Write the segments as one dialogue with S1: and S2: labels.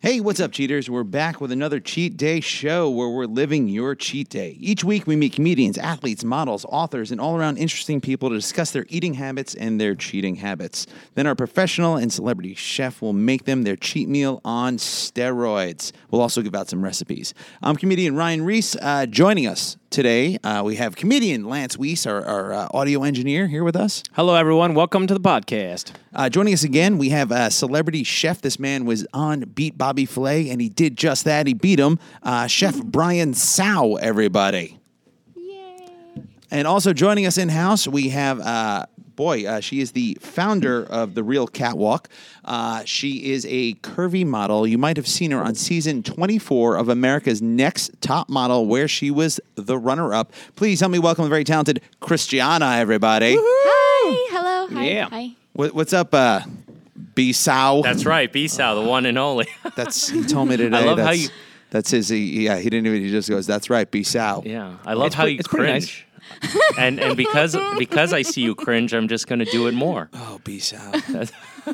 S1: Hey, what's up, cheaters? We're back with another cheat day show where we're living your cheat day. Each week, we meet comedians, athletes, models, authors, and all around interesting people to discuss their eating habits and their cheating habits. Then, our professional and celebrity chef will make them their cheat meal on steroids. We'll also give out some recipes. I'm comedian Ryan Reese. Uh, joining us today, uh, we have comedian Lance Weiss, our, our uh, audio engineer, here with us.
S2: Hello, everyone. Welcome to the podcast.
S1: Uh, joining us again, we have a celebrity chef. This man was on Beat Bobby Flay, and he did just that. He beat him. Uh, chef Brian Sow, everybody. And also joining us in house, we have, uh, boy, uh, she is the founder of The Real Catwalk. Uh, she is a curvy model. You might have seen her on season 24 of America's Next Top Model, where she was the runner up. Please help me welcome the very talented Christiana, everybody.
S3: Hi. Hello. Hi.
S2: Yeah.
S3: Hi.
S1: What, what's up, uh, B Sow?
S4: That's right, B Sal, the one and only.
S1: That's he told me today.
S4: love how
S1: that's,
S4: you-
S1: That's his. He, yeah, he didn't even. He just goes. That's right. Be Sal.
S4: yeah, I love
S2: It's
S4: how
S2: pre-
S4: you
S2: it's pretty nice.
S4: cringe. and and because because I see you cringe, I'm just going to do it more.
S1: Oh, be Sal.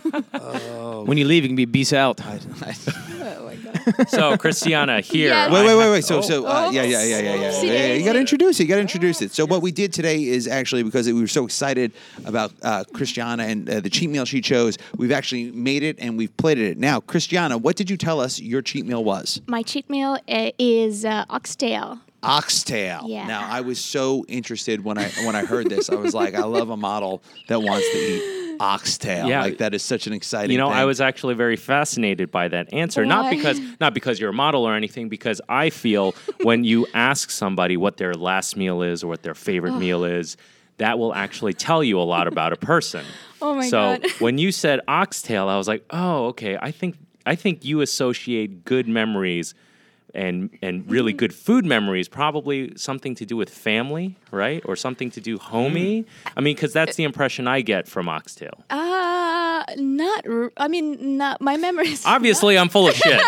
S2: When you leave, you can be beast out.
S3: Oh my god.
S4: So Christiana here.
S3: Yes.
S1: Wait,
S4: I
S1: wait, wait,
S4: have-
S1: wait. So,
S4: oh,
S1: so uh, yeah, yeah, yeah, yeah, yeah.
S3: See,
S1: yeah, yeah.
S3: there
S1: You
S3: you
S1: got to
S3: see.
S1: introduce it. You got to introduce it. So, what we did today is actually because we were so excited about uh, Christiana and uh, the cheat meal she chose. We've actually made it and we've plated it. Now, Christiana, what did you tell us your cheat meal was?
S3: My cheat meal uh, is uh, oxtail.
S1: Oxtail.
S3: Yeah.
S1: Now, I was so interested when I when I heard this. I was like, I love a model that wants to eat oxtail.
S4: Yeah.
S1: Like that is such an exciting.
S4: you know, I
S1: thing.
S4: was actually very fascinated by that answer. Not
S3: Why?
S4: because not because you're a model or anything, because I feel when you ask somebody what their last meal is or what their favorite meal is, that will actually tell you a lot about a person.
S3: Oh my
S4: so
S3: God.
S4: when you said oxtail, I was like, oh, okay. I think I think you associate good memories and and really
S3: Mm-hmm.
S4: good food memories probably something to do with family, right? Or something to do homey.
S3: Mm-hmm.
S4: I mean, because that's the impression I get from oxtail.
S3: Uh not. r- I mean, not my memories.
S4: Obviously, I'm full of shit.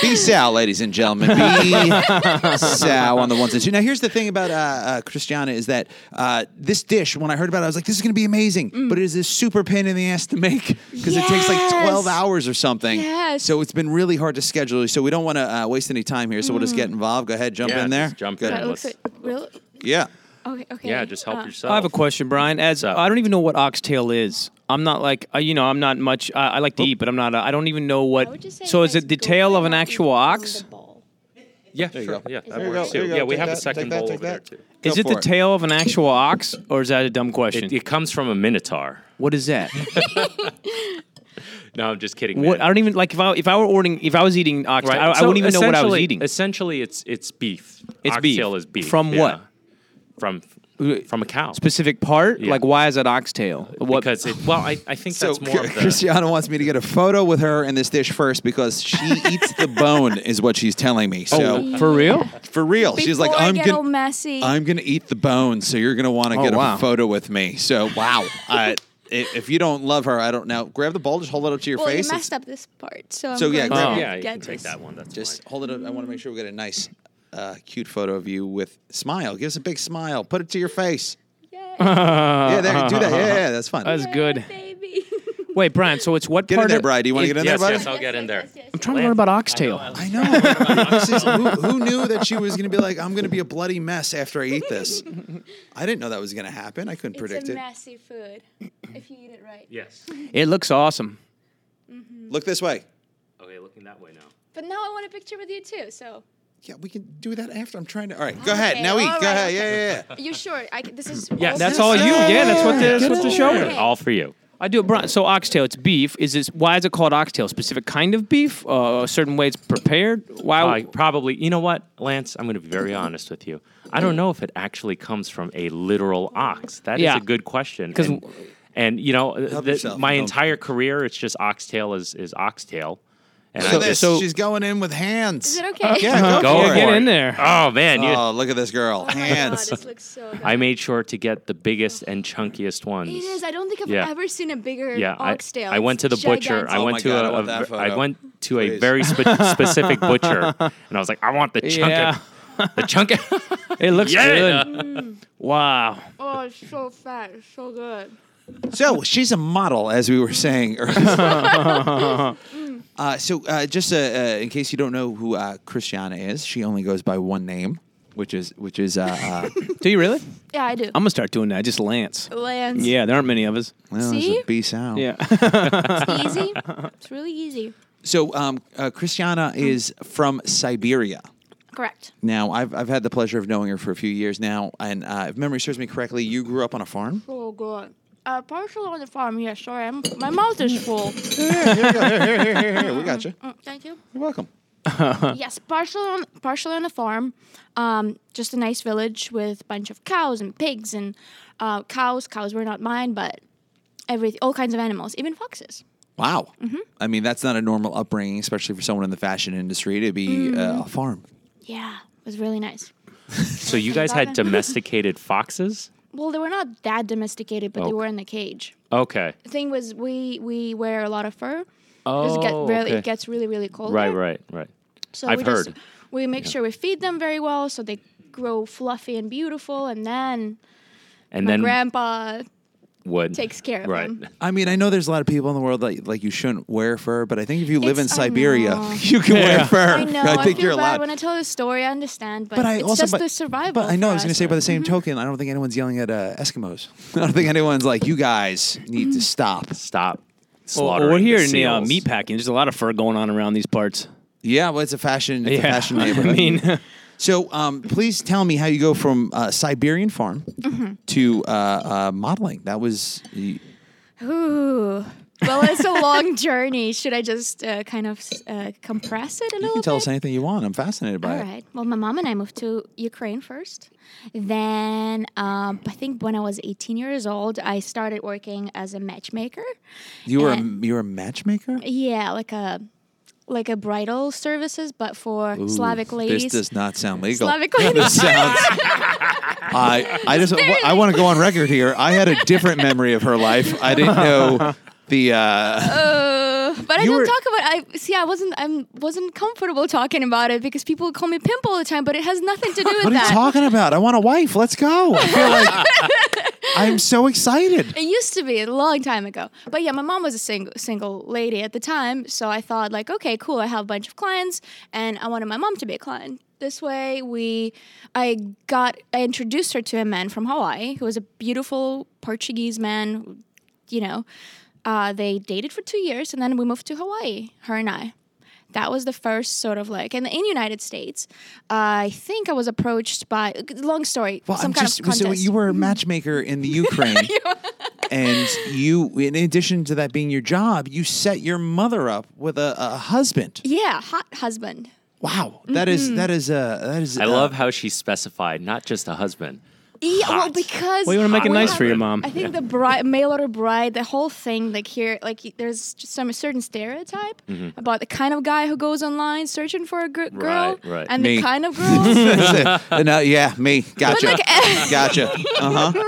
S1: Be Sal, ladies and gentlemen. Be Sal on the ones and two. Now, here's the thing about uh, uh, Christiana is that uh, this dish, when I heard about it, I was like, this is going to be amazing. But it is a super pain in the ass to make because it takes like 12
S3: Mm. Yes.
S1: hours or something.
S3: Yes.
S1: So it's been really hard to schedule. So we don't want to uh, waste any time here. So we'll just get
S3: Mm.
S1: involved. Go ahead, jump
S4: Yeah,
S1: in there.
S4: just jump
S1: Go
S4: in.
S3: That
S1: ahead.
S3: looks like, real.
S1: Yeah.
S3: Okay. Okay.
S4: yeah, just help
S3: Uh,
S4: yourself.
S2: I have a question, Brian. As
S4: up?
S2: I don't even know what oxtail is. I'm not like uh, you know. I'm not much. I I like to eat, but I'm not. Uh, I don't even know
S3: I would
S2: what.
S3: just say
S2: So
S3: you
S2: is
S3: guys
S2: it the
S3: go
S2: tail
S3: by
S2: of an
S3: what
S2: actual
S3: is in
S2: ox?
S3: the bowl.
S4: Yeah, sure.
S1: go.
S4: Yeah, that
S3: There you
S4: works
S1: go,
S4: too.
S1: there you
S4: Yeah,
S1: go.
S4: we
S1: Take
S4: have a
S1: that, take
S4: second
S1: that,
S4: bowl
S1: take
S4: over there
S1: that.
S4: too.
S2: Is
S1: Go
S2: it
S1: for
S2: the
S1: it.
S2: tail of an actual ox, or is that a dumb question?
S4: It, it comes from a minotaur.
S2: what is that?
S4: No, I'm just kidding.
S2: what I
S4: man.
S2: don't even like. If I if I were ordering, if I was eating oxtail, I, I
S4: so
S2: wouldn't even know what I was
S4: essentially-
S2: eating.
S4: Essentially, it's it's beef.
S2: It's beef.
S4: Oxtail is beef.
S2: From what? Uh,
S4: From
S2: Wait.
S4: from a cow.
S2: Specific part,
S4: Yeah.
S2: like why is that oxtail? What?
S4: Because it, well, I, I think
S1: So
S4: that's more of the.
S1: Christiana wants me to get a photo with her and this dish first because she eats the bone, is what she's telling me. So
S2: oh, for real?
S1: for real, she's like,
S3: Before I
S1: I'm
S3: get
S1: gonna-
S3: all messy.
S1: I'm gonna eat the bone, so you're gonna want to
S2: Oh,
S1: get
S2: wow.
S1: a photo with me. So wow, uh, if, if you don't love her, I don't know. Grab the bowl, just hold it up to your
S3: well,
S1: face.
S3: you
S1: It's-
S3: messed up this part, so,
S1: So,
S3: I'm
S1: yeah,
S3: going
S1: grab-
S3: to
S4: yeah, you
S3: get
S4: can take
S3: this.
S4: that one. That's
S1: Just
S4: fine.
S1: hold it up. I want to make sure we get a nice, uh, cute photo of you with smile. Give us a big smile. Put it to your face.
S3: Yeah,
S1: Yeah, there, do that. Yeah, yeah, that's fun.
S2: Uh, That's good.
S3: baby.
S2: Wait, Brian. So it's what
S1: get
S2: part
S1: in there,
S2: of-
S1: Bri. Do you want to
S2: it-
S1: get in
S4: yes,
S1: there, buddy?
S4: yes, I'll get in there.
S2: I'm trying to learn about oxtail.
S1: I know. This is- who, who knew that she was gonna be like, I'm gonna be a bloody mess after I eat this? I didn't know that was gonna happen. I couldn't predict
S3: It's a
S1: it.
S3: messy food if you eat it right.
S4: Yes.
S2: It looks awesome.
S1: Look this way.
S4: Okay, looking that way now.
S3: But now I want a picture with you too. So
S1: Yeah, we can do that after. I'm trying to. All right, go ahead.
S3: Okay,
S1: Now eat.
S3: all
S1: Go
S3: right,
S1: ahead.
S3: okay.
S1: Yeah, yeah, yeah.
S3: Are you sure? I, c- this is
S4: Yeah,
S2: That's all you. Yeah, that's what the, that's what the show
S3: Okay.
S2: is.
S4: All for you.
S2: I do it, Brian. So oxtail, it's beef. Is this why is it called oxtail? Specific kind of beef? Uh, a certain way it's prepared? Why?
S4: I probably, you know what, Lance? I'm going to be very honest with you. I don't know if it actually comes from a literal ox. That is
S2: Yeah.
S4: a good question.
S2: 'Cause-
S4: and, and, you know, the-
S1: yourself.
S4: my
S1: Don't-
S4: entire career, it's just oxtail is is oxtail. And
S1: Look at
S4: I
S1: this.
S4: just
S2: so-
S1: She's going in with hands.
S3: Is it okay?
S2: Oh,
S1: Yeah, go,
S4: go
S1: for
S4: for
S2: get
S4: it.
S2: in there.
S4: Oh man, you,
S1: Oh, look at this girl.
S3: Oh my
S1: Hands.
S3: God, this looks so good.
S4: I made sure to get the biggest and chunkiest ones.
S3: It is. I don't think I've
S4: Yeah.
S3: ever seen a bigger
S4: yeah, I,
S3: oxtail.
S4: I went to the
S3: It's
S4: butcher. I
S3: gigantic.
S4: went
S1: my
S4: to
S1: God, I
S4: a-
S1: want that
S4: a, I
S1: photo.
S4: went to
S1: Please.
S4: a very spe- specific butcher, and I was like, I want the chunk,
S2: Yeah.
S4: of, the chunk. Of,
S2: It looks
S4: Yeah.
S2: good. Wow.
S3: Oh, it's so fat. It's so good. Mm.
S1: So she's a model, as we were saying earlier. Uh, so, uh, just uh, uh, in case you don't know who uh, Christiana is, she only goes by one name, which is which is uh, uh,
S2: Do you really?
S3: Yeah, I do.
S2: I'm gonna start doing that. Just Lance.
S3: Lance.
S2: Yeah, there aren't many of us.
S1: well, it's
S3: See?
S1: a B sound.
S2: Yeah.
S3: It's easy. It's really easy.
S1: So, um, uh, Christiana is from Siberia.
S3: Correct.
S1: Now, I've I've had the pleasure of knowing her for a few years now, and uh, if memory serves me correctly, you grew up on a farm.
S3: Oh god. Uh, partial on the farm. Yeah, sorry. I'm, my mouth is full.
S1: we got you.
S3: Mm, Thank you.
S1: You're welcome.
S3: yes, partial on partial on a farm. Um, just a nice village with a bunch of cows and pigs and uh, cows. Cows were not mine, but every all kinds of animals, even foxes.
S1: Wow. I mean, that's not a normal upbringing, especially for someone in the fashion industry to be uh, a farm.
S3: Yeah, it was really nice.
S4: So you guys had domesticated foxes?
S3: Well, they were not that domesticated, but they
S4: Oh.
S3: were in the cage.
S4: Okay.
S3: The thing was, we we wear a lot of fur.
S4: Oh,
S3: it, get really,
S4: okay.
S3: it gets really really cold.
S4: Right,
S3: there.
S4: right, right.
S3: So
S4: I've
S3: we
S4: heard.
S3: Just, we make sure we feed them very well, so they grow fluffy and beautiful, and then
S4: And
S3: my
S4: then
S3: grandpa
S4: what
S3: takes care of
S4: Right.
S3: them.
S1: I mean, I know there's a lot of people in the world that like you shouldn't wear fur, but I think if you live
S3: It's-
S1: in
S3: I
S1: Siberia,
S3: know.
S1: you can wear fur.
S3: I know. I,
S1: think
S3: feel
S1: you're
S3: bad
S1: allowed.
S3: when I tell this story. I understand, but,
S1: but I
S3: it's
S1: also
S3: just
S1: but,
S3: the survival.
S1: But
S3: Mm-hmm.
S1: I know
S3: for
S1: I was going to
S3: us.
S1: say by the same token, I don't think anyone's yelling at uh, Eskimos. I don't think anyone's like you guys need
S3: Mm-hmm.
S1: to stop.
S4: stop
S2: Well,
S4: slaughtering
S2: we're here
S4: the
S2: in the uh,
S4: seals.
S2: meat packing. There's a lot of fur going on around these parts.
S1: Yeah, well, it's a fashion, it's a
S2: yeah.
S1: fashion
S2: I
S1: neighborhood.
S2: mean,
S1: so um, please tell me how you go from uh, Siberian farm
S3: Mm-hmm.
S1: to uh, uh, modeling. That was y-
S3: Ooh. Well, it's a long journey. Should I just uh, kind of uh, compress it a
S1: you
S3: little
S1: can tell
S3: bit?
S1: us anything you want. I'm fascinated by
S3: All
S1: it.
S3: right. Well, my mom and I moved to Ukraine first. Then um, I think when I was 18 years old, I started working as a matchmaker.
S1: You were a,
S3: And-
S1: you were a matchmaker.
S3: Yeah, like a like a bridal services, but for Slavic
S1: Ooh,
S3: ladies.
S1: This does not sound legal.
S3: Slavic ladies.
S1: This sounds. I I just I want to go on record here. I had a different memory of her life. I didn't know the. Uh,
S3: Uh, but I
S1: You
S3: don't
S1: were-
S3: talk about. I see. I wasn't. I wasn't comfortable talking about it because people call me pimp all the time. But it has nothing to do with
S1: what are you
S3: that.
S1: talking about? I want a wife. Let's go. I feel like I'm so excited.
S3: it used to be a long time ago. But yeah, my mom was a single single lady at the time, so I thought like, okay, cool. I have a bunch of clients, and I wanted my mom to be a client. This way, we, I got, I introduced her to a man from Hawaii who was a beautiful Portuguese man. You know, uh, they dated for two years, and then we moved to Hawaii. Her and I. That was the first sort of like, and in United States, uh, I think I was approached by. Long story.
S1: Well,
S3: some
S1: I'm
S3: kind
S1: just
S3: of contest. Mm-hmm.
S1: so you were a matchmaker in the Ukraine. And you, in addition to that being your job, you set your mother up with a, a husband.
S3: yeah, hot husband.
S1: Wow, that is
S3: Mm-hmm.
S1: that is uh, that is.
S4: I love how she specified not just a husband.
S3: Yeah, well,
S4: Hot.
S3: because
S2: well, you want to make it
S4: Hot.
S2: nice for your mom.
S3: I think the bride, mail order bride, the whole thing, like here, like y- there's just some certain stereotype
S2: Mm-hmm.
S3: about the kind of guy who goes online searching for a gr- girl,
S4: Right, right.
S3: and
S1: Me.
S3: the kind of girl.
S1: no, yeah, me. Gotcha.
S3: like, eh.
S1: gotcha. Uh huh.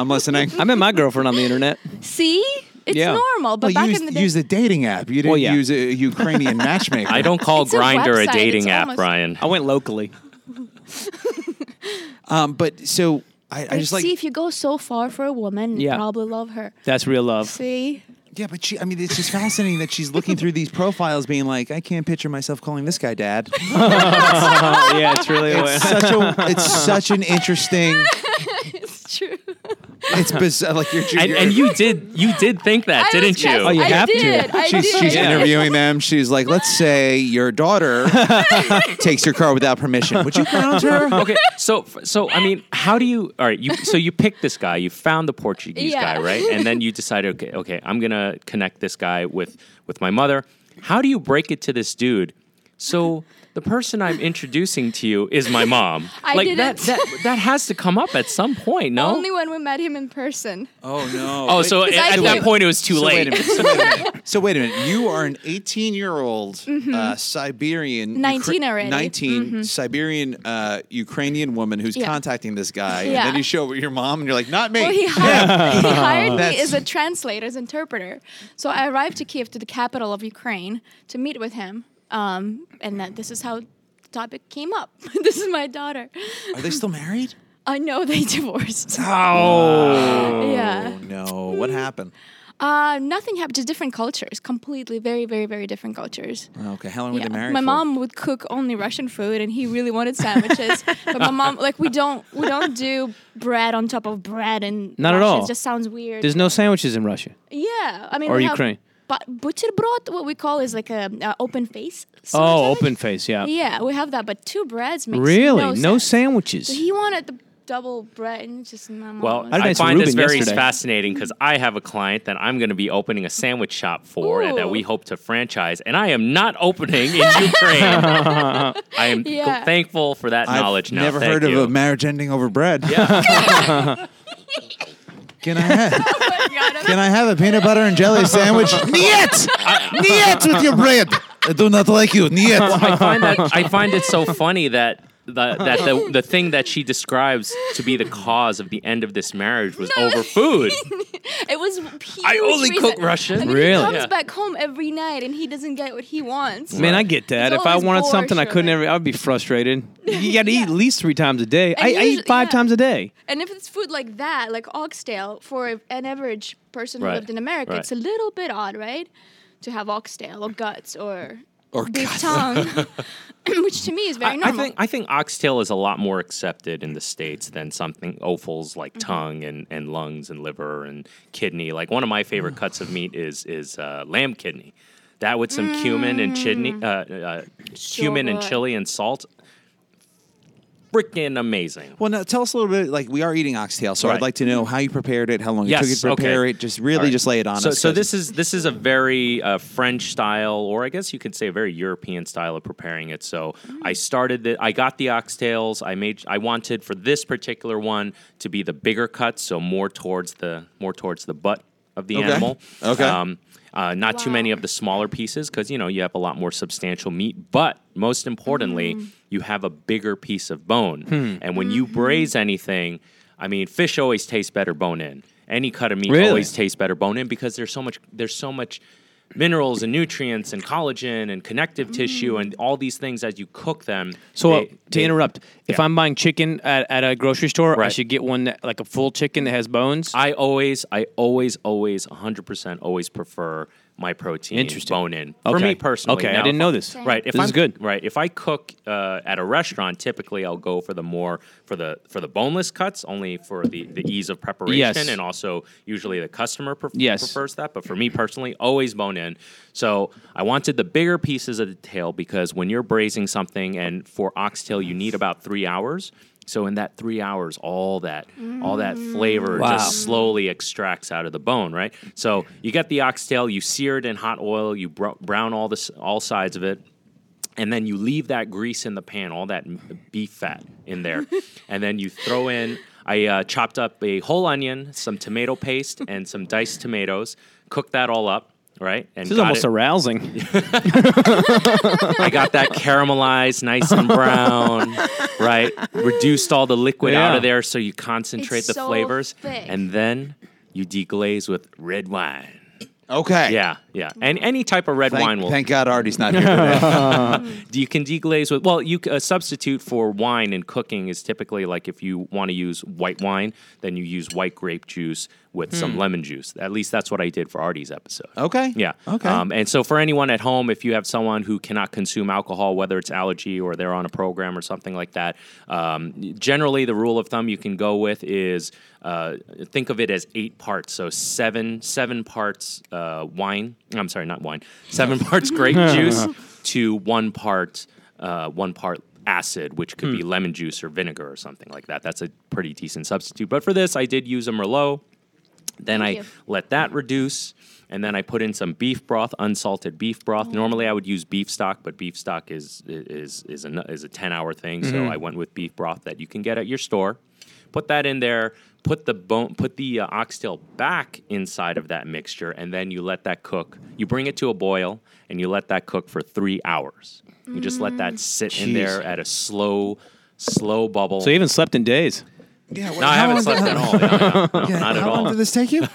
S1: I'm listening.
S2: I met my girlfriend on the internet.
S3: See, it's
S2: Yeah.
S3: normal, but
S1: Well,
S3: back
S1: you used,
S3: in the
S1: you
S3: day,
S1: used a dating app. You didn't
S2: Well, yeah.
S1: use a Ukrainian matchmaker.
S4: I don't call
S3: It's a
S4: Grinder a,
S3: website.
S4: dating
S3: It's
S4: app,
S3: almost-
S4: Brian.
S2: I went locally.
S1: Um, but so I, I
S3: But
S1: just like.
S3: see if you go so far for a woman,
S2: Yeah.
S3: you probably love her.
S2: That's real love.
S3: See,
S1: Yeah, but she. I mean, it's just fascinating that she's looking through these profiles, being like, I can't picture myself calling this guy dad.
S2: Oh, yeah, it's really.
S1: It's such a. It's such an interesting.
S3: it's true.
S1: It's bizarre. Like you're.
S4: And,
S1: you're-
S4: and you did you did think that,
S3: I was
S4: didn't you?
S3: just-
S2: Oh, you
S3: I
S2: have to.
S3: did, I
S1: She's,
S3: did.
S1: she's
S2: Yeah.
S1: interviewing them. She's like, let's say your daughter takes your car without permission. Would you count her?
S4: okay, so so I mean, how do you? All right, you so you picked this guy, you found the Portuguese
S3: Yeah.
S4: guy, right? And then you decided, okay, okay, I'm gonna connect this guy with with my mother. How do you break it to this dude? So the person I'm introducing to you is my mom.
S3: I
S4: like that
S3: didn't.
S4: that that has to come up at some point, no?
S3: Only when we met him in person.
S1: Oh no!
S4: oh, so at,
S3: I
S4: at that
S3: can't-
S4: point it was too
S1: so Wait
S4: late.
S1: a minute, so, wait a minute. so wait a minute. You are an 18 year old uh, Siberian,
S3: 19 Mm-hmm. already. Mm-hmm.
S1: 19 Siberian uh, Ukrainian woman who's
S3: Yeah.
S1: contacting this guy,
S3: Yeah.
S1: and then you show your mom, and you're like, not me.
S3: Well, he hired, he hired me
S1: That's-
S3: as a translator, as interpreter. So I arrived to Kiev, to the capital of Ukraine, to meet with him. Um, and that this is how the topic came up. this is my daughter.
S1: are they still married?
S3: I know they divorced.
S1: Oh
S3: yeah.
S1: no! Oh, What happened?
S3: Uh, nothing happened. Just different cultures, completely very, very, very different cultures.
S1: Oh, Okay, how long were
S3: Yeah.
S1: they married?
S3: my
S1: for?
S3: mom would cook only Russian food, and he really wanted sandwiches. but my mom, like, we don't we don't do bread on top of bread, and
S2: Not at all.
S3: It just sounds weird.
S2: There's no sandwiches in Russia.
S3: yeah, I mean,
S2: Or
S3: we have
S2: Ukraine.
S3: But butterbrot, what we call is like a uh, open face. sort
S2: Oh,
S3: of sandwich.
S2: open face, yeah.
S3: Yeah, we have that, but two breads makes
S2: Really?
S3: no,
S2: No,
S3: sense.
S2: sandwiches.
S3: So he wanted the double bread, and just my mom.
S4: Well,
S3: was-
S2: I
S4: I,
S2: met
S4: find this
S2: Ruben
S4: very
S2: yesterday.
S4: fascinating because I have a client that I'm going to be opening a sandwich shop for and that
S3: Ooh.
S4: we hope to franchise, and I am not opening in Ukraine. I am gl-
S3: Yeah.
S4: thankful for that
S1: I've
S4: knowledge. Now,
S1: never
S4: Thank
S1: heard
S4: you.
S1: of a marriage ending over bread. Yeah. Can I have, can I have a peanut butter and jelly sandwich? Niet! Niet with your bread! I do not like you. Niet!
S4: I find that I find it so funny that the, that the the thing that she describes to be the cause of the end of this marriage was over food.
S3: It was. Huge
S4: I only
S3: reason.
S4: cook Russian.
S3: I mean,
S2: Really?
S3: He comes
S4: Yeah.
S3: back home every night, and he doesn't get what he wants.
S2: Man, I get that.
S3: There's
S2: If I
S3: always
S2: wanted
S3: more,
S2: something I couldn't
S3: surely.
S2: ever, I'd be frustrated. You got to eat at least three times a day. I, I
S3: usually-
S2: eat five
S3: yeah.
S2: times a day.
S3: And if it's food like that, like oxtail, for an average person who
S4: Right,
S3: lived in America,
S4: right.
S3: it's a little bit odd, right? To have oxtail or guts or,
S1: Or
S3: beef
S1: guts.
S3: tongue, which to me is very
S4: I, I
S3: normal.
S4: think I think oxtail is a lot more accepted in the states than something offals
S3: Mm-hmm.
S4: like tongue and, and lungs and liver and kidney. Like one of my favorite cuts of meat is is uh, lamb kidney. That with some cumin and chidney,
S3: Mm.
S4: uh, uh, cumin and
S3: good.
S4: chili and salt. Freaking amazing.
S1: Well, now tell us a little bit. Like we are eating oxtail, so I'd
S4: Right.
S1: like to know how you prepared it, how long
S4: Yes,
S1: it took you to prepare
S4: okay.
S1: it. Just really,
S4: All right.
S1: just lay it on
S4: so,
S1: us.
S4: So
S1: 'cause-
S4: this is this is a very uh, French style, or I guess you could say a very European style of preparing it. So I started the I got the oxtails. I made I wanted for this particular one to be the bigger cut, so more towards the more towards the butt of the
S1: Okay.
S4: animal.
S1: Okay.
S4: Um, uh, not too
S3: Wow.
S4: many of the smaller pieces because you know you have a lot more substantial meat, but most importantly, you have a bigger piece of bone.
S2: Hmm.
S4: And when you braise anything, I mean, fish always tastes better bone in. Any cut of meat
S2: Really?
S4: always tastes better bone in because there's so much there's so much minerals and nutrients and collagen and connective tissue and all these things as you cook them.
S2: So uh,
S4: they-
S2: to
S4: they-
S2: interrupt, if
S4: yeah.
S2: I'm buying chicken at, at a grocery store, I
S4: Right.
S2: should get one that, like a full chicken that has bones.
S4: I always, I always, always, 100% always prefer my protein
S2: Interesting.
S4: bone in. For
S2: Okay.
S4: me personally.
S2: Okay, I
S4: Now,
S2: didn't
S4: if
S2: know
S4: I-
S2: this. Same.
S4: Right. If
S2: This
S4: I'm,
S2: is good.
S4: Right. If I cook uh, at a restaurant, typically I'll go for the more for the for the boneless cuts, only for the, the ease of preparation
S2: Yes.
S4: and also usually the customer pref-
S2: Yes.
S4: prefers that. But for me personally, always bone in. So I wanted the bigger pieces of the tail because when you're braising something and for oxtail you need about three hours. So in that three hours, all that all that flavor
S2: Mm. Wow.
S4: just slowly extracts out of the bone, right? So you get the oxtail, you sear it in hot oil, you bro- brown all this all sides of it, and then you leave that grease in the pan, all that m- beef fat in there, and then you throw in. I uh, chopped up a whole onion, some tomato paste, and some diced tomatoes. Cooked that all up, right? And
S2: this is
S4: got
S2: almost
S4: it-
S2: arousing.
S4: I got that caramelized, nice and brown, right? Reduced all the liquid out
S2: Yeah.
S4: of there so you concentrate
S3: It's
S4: the
S3: so
S4: flavors.
S3: thick.
S4: And then you deglaze with red wine.
S1: okay.
S4: Yeah, yeah. And any type of red
S1: Thank,
S4: wine will.
S1: thank God Artie's not here today.
S4: You can deglaze with. Well, you c- a substitute for wine in cooking is typically like if you want to use white wine, then you use white grape juice with some lemon juice. At least that's what I did for Artie's episode.
S1: okay.
S4: Yeah.
S1: Okay.
S4: Um, and so, for anyone at home, if you have someone who cannot consume alcohol, whether it's allergy or they're on a program or something like that, um, generally the rule of thumb you can go with is uh, think of it as eight parts. So seven seven parts uh, wine. I'm sorry, not wine. Seven parts grape juice to one part uh, one part acid, which could be
S1: Hmm.
S4: lemon juice or vinegar or something like that. That's a pretty decent substitute. But for this, I did use a merlot. Then I
S3: Thank you.
S4: let that reduce, and then I put in some beef broth, unsalted beef broth. Normally, I would use beef stock, but beef stock is is is a is a ten hour thing. So I went with beef broth that you can get at your store. Put that in there. Put the bone. Put the uh, oxtail back inside of that mixture, and then you let that cook. You bring it to a boil, and you let that cook for three hours. You just let that sit in
S2: Jeez.
S4: there at a slow, slow bubble.
S2: so you even slept in days.
S1: Yeah, well,
S4: No, I
S1: how
S4: haven't
S1: long
S4: slept
S1: did-
S4: at all. No, no, no,
S1: Yeah,
S4: not at
S1: how
S4: all.
S1: long did this take you?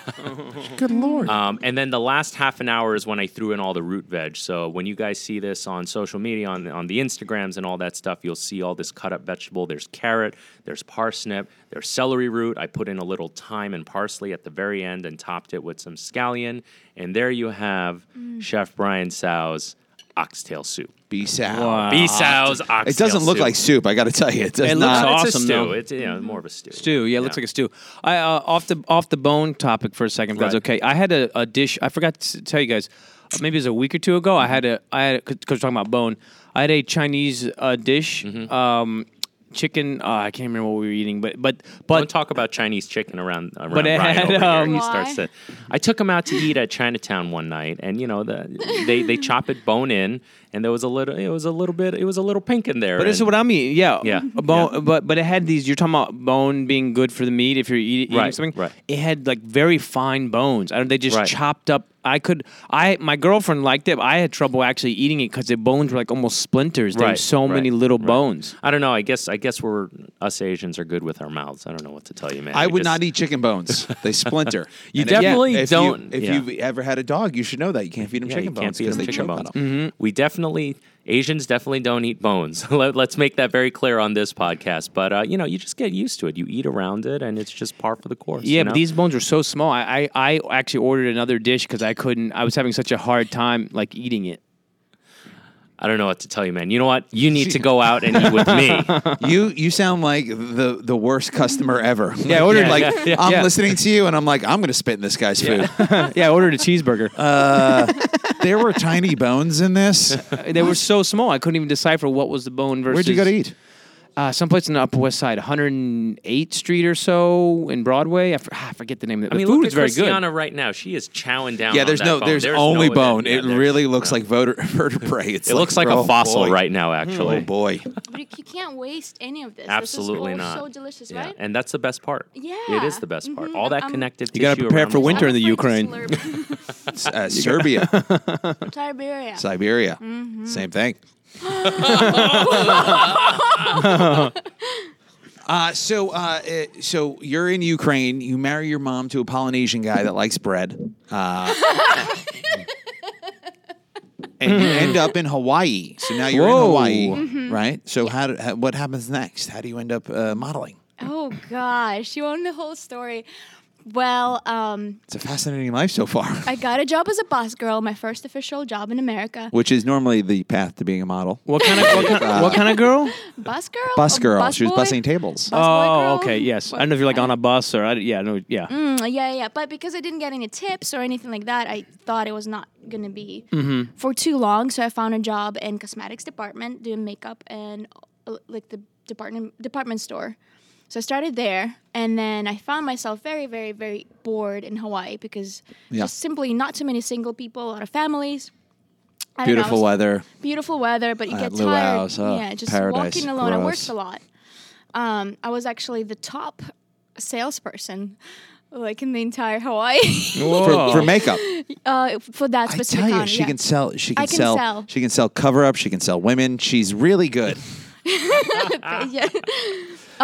S1: Good lord.
S4: Um, and then the last half an hour is when I threw in all the root veg. So when you guys see this on social media, on on the Instagrams and all that stuff, you'll see all this cut up vegetable. There's carrot, there's parsnip, there's celery root. I put in a little thyme and parsley at the very end and topped it with some scallion. And there you have Chef Brian Sow's oxtail soup.
S1: Be sour.
S2: Wow.
S4: B Sow's oxtail
S1: It doesn't look
S4: soup.
S1: like soup. I got to tell you, it does
S2: It looks
S1: not.
S2: awful.
S4: it's a
S2: awesome,
S4: stew.
S2: though.
S4: It's you know, more of a stew.
S2: Stew, yeah, it looks like a stew. I uh, off the off the bone topic for a second, if that's
S4: Right.
S2: okay. I had a, a dish. I forgot to tell you guys. uh, Maybe it was a week or two ago. I had a I had because we're talking about bone. I had a Chinese uh, dish,
S4: Mm-hmm.
S2: um, chicken. Uh, I can't remember what we were eating, but but but
S4: Don't talk about Chinese chicken around around
S2: But it
S4: Ryan
S2: had,
S4: over here.
S2: um,
S4: he starts
S3: Why?
S4: to. I took him out to eat at Chinatown one night, and you know the, they they chop it bone in, and there was a little it was a little bit it was a little pink in there.
S2: But this is
S4: and-
S2: what I mean. Yeah.
S4: Yeah,
S2: A bone, But but it had these. You're talking about bone being good for the meat if you're eat, eating
S4: Right,
S2: something.
S4: right.
S2: It had like very fine bones. I don't. They just
S4: Right.
S2: chopped up. I could. I my girlfriend liked it. But I had trouble actually eating it because the bones were like almost splinters. There were
S4: Right,
S2: so
S4: right,
S2: many little
S4: right.
S2: bones.
S4: I don't know. I guess I guess we're us Asians are good with our mouths. I don't know what to tell you, man.
S1: I
S4: We
S1: would
S4: just-
S1: not eat chicken bones. They splinter.
S4: You
S1: And if-
S4: definitely
S1: if you-
S4: don't-
S1: if
S4: yeah.
S1: you've ever had a dog, you should know that you can't feed them
S4: Yeah,
S1: chicken
S4: you can't
S1: bones
S4: feed
S1: because
S4: them
S1: they
S4: chicken
S1: choke on
S4: bones.
S1: 'em.
S4: We definitely Asians definitely don't eat bones. Let, us make that very clear on this podcast. But uh, you know, you just get used to it. You eat around it, and it's just par for the course.
S2: Yeah,
S4: you
S2: but
S4: know?
S2: these bones were so small. I I, I actually ordered another dish because I couldn't. I was having such a hard time like eating it.
S4: I don't know what to tell you, man. You know what? You need to go out and eat with me.
S1: You you sound like the the worst customer ever.
S2: I ordered-
S1: like
S2: yeah, yeah,
S1: I'm
S2: yeah.
S1: listening to you and I'm like I'm gonna spit in this guy's food.
S2: yeah, I ordered a cheeseburger.
S1: Uh, there were tiny bones in this.
S2: they were so small. I couldn't even decipher what was the bone versus.
S1: Where'd you go to eat?
S2: Uh, someplace in the Upper West Side, 108th Street or so in Broadway. I, for, ah, I forget the name of it.
S4: I mean,
S2: the food
S4: look
S2: was
S4: at
S2: very
S4: Christiana
S2: good.
S4: right now. She is chowing down.
S1: Yeah,
S4: on
S1: there's
S4: that
S1: no
S4: bone.
S1: there's, only
S4: no-
S1: bone.
S4: yeah,
S1: it
S4: there's-
S1: really looks like voter, vertebrae. It's
S4: It looks like
S1: oh,
S4: a fossil
S1: boy.
S4: right now, actually.
S1: Oh boy.
S3: But you you can't waste any of this.
S4: Absolutely
S3: this is all
S4: not.
S3: so delicious,
S4: Yeah,
S3: right?
S4: and that's the best part. it is the best part.
S3: Yeah,
S4: All that
S3: mhm, I'm-
S4: connective.
S2: You gotta
S4: tissue
S2: prepare
S4: around
S2: for
S4: these-
S2: winter. in the Ukraine.
S1: S- Uh, Serbia,
S3: Siberia.
S1: Siberia, same thing. uh, so, uh, eh, so you're in Ukraine. You marry your mom to a Polynesian guy that likes bread, uh, and you end up in Hawaii. So now you're
S2: Whoa.
S1: in Hawaii, right? So, how, do, how what happens next? How do you end up uh, modeling?
S3: Oh gosh, you own the whole story. Well, um,
S1: It's a fascinating life so far,
S3: I got a job as a boss girl, my first official job in America.
S1: which is normally the path to being a model. uh,
S2: What kind of what kind, what kind of girl?
S3: Bus girl?
S1: Bus
S3: Oh,
S1: girl. she was
S3: boy?
S1: bussing tables.
S3: Bus boy
S2: Oh,
S3: girl?
S2: okay, yes. I don't know if you're like on a bus or I, yeah, no, yeah.
S3: Mm, yeah, yeah. But because I didn't get any tips or anything like that, I thought it was not going to be
S1: Mm-hmm.
S3: for too long. So I found a job in cosmetics department doing makeup and uh, like the department department store. So I started there, and then I found myself very, very, very bored in Hawaii because
S1: Yeah.
S3: just simply not too many single people, a lot of families. I don't know, I
S1: Beautiful
S3: was-
S1: weather.
S3: beautiful weather, but you
S1: Uh,
S3: get
S1: luau's,
S3: tired.
S1: uh,
S3: yeah, just
S1: paradise,
S3: walking alone. I
S1: gross.
S3: worked a lot. Um, I was actually the top salesperson, like in the entire Hawaii,
S1: for, for makeup.
S3: uh, for that
S1: I
S3: specific.
S1: tell you,
S3: con,
S1: she
S3: yeah.
S1: can sell. She can,
S3: I can
S1: sell,
S3: sell.
S1: She can sell cover up. She can sell women. She's really good.
S3: yeah. um,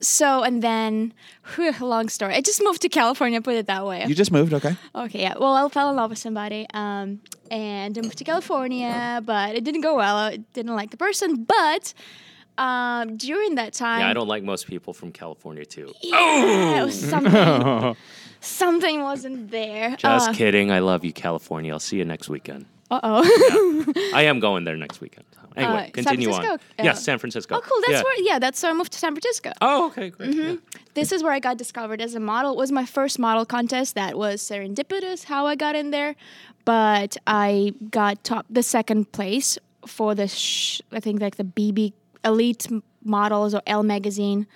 S3: so and then, whew, long story. I just moved to California. Put it that way.
S1: You just moved, okay?
S3: Okay, yeah. Well, I fell in love with somebody, um, and I moved to California, but it didn't go well. I didn't like the person, but. Um, during that time,
S4: Yeah, I don't like most people from California too.
S3: Yeah, something, something wasn't there.
S4: Mm. Just
S3: uh,
S4: kidding. I love you, California. I'll see you next weekend.
S3: oh.
S4: I am going there next weekend. Anyway,
S3: Uh, San
S4: continue on.
S3: Francisco?
S4: Yes,
S3: Yeah.
S4: San Francisco.
S3: oh, cool. That's
S4: yeah.
S3: where. Yeah, that's where I moved to San Francisco.
S4: Oh, okay, great. yeah.
S3: This is where I got discovered as a model. It was my first model contest. That was serendipitous how I got in there, but I got top the second place for the sh- I think like the BB Elite m- Models or Elle magazine.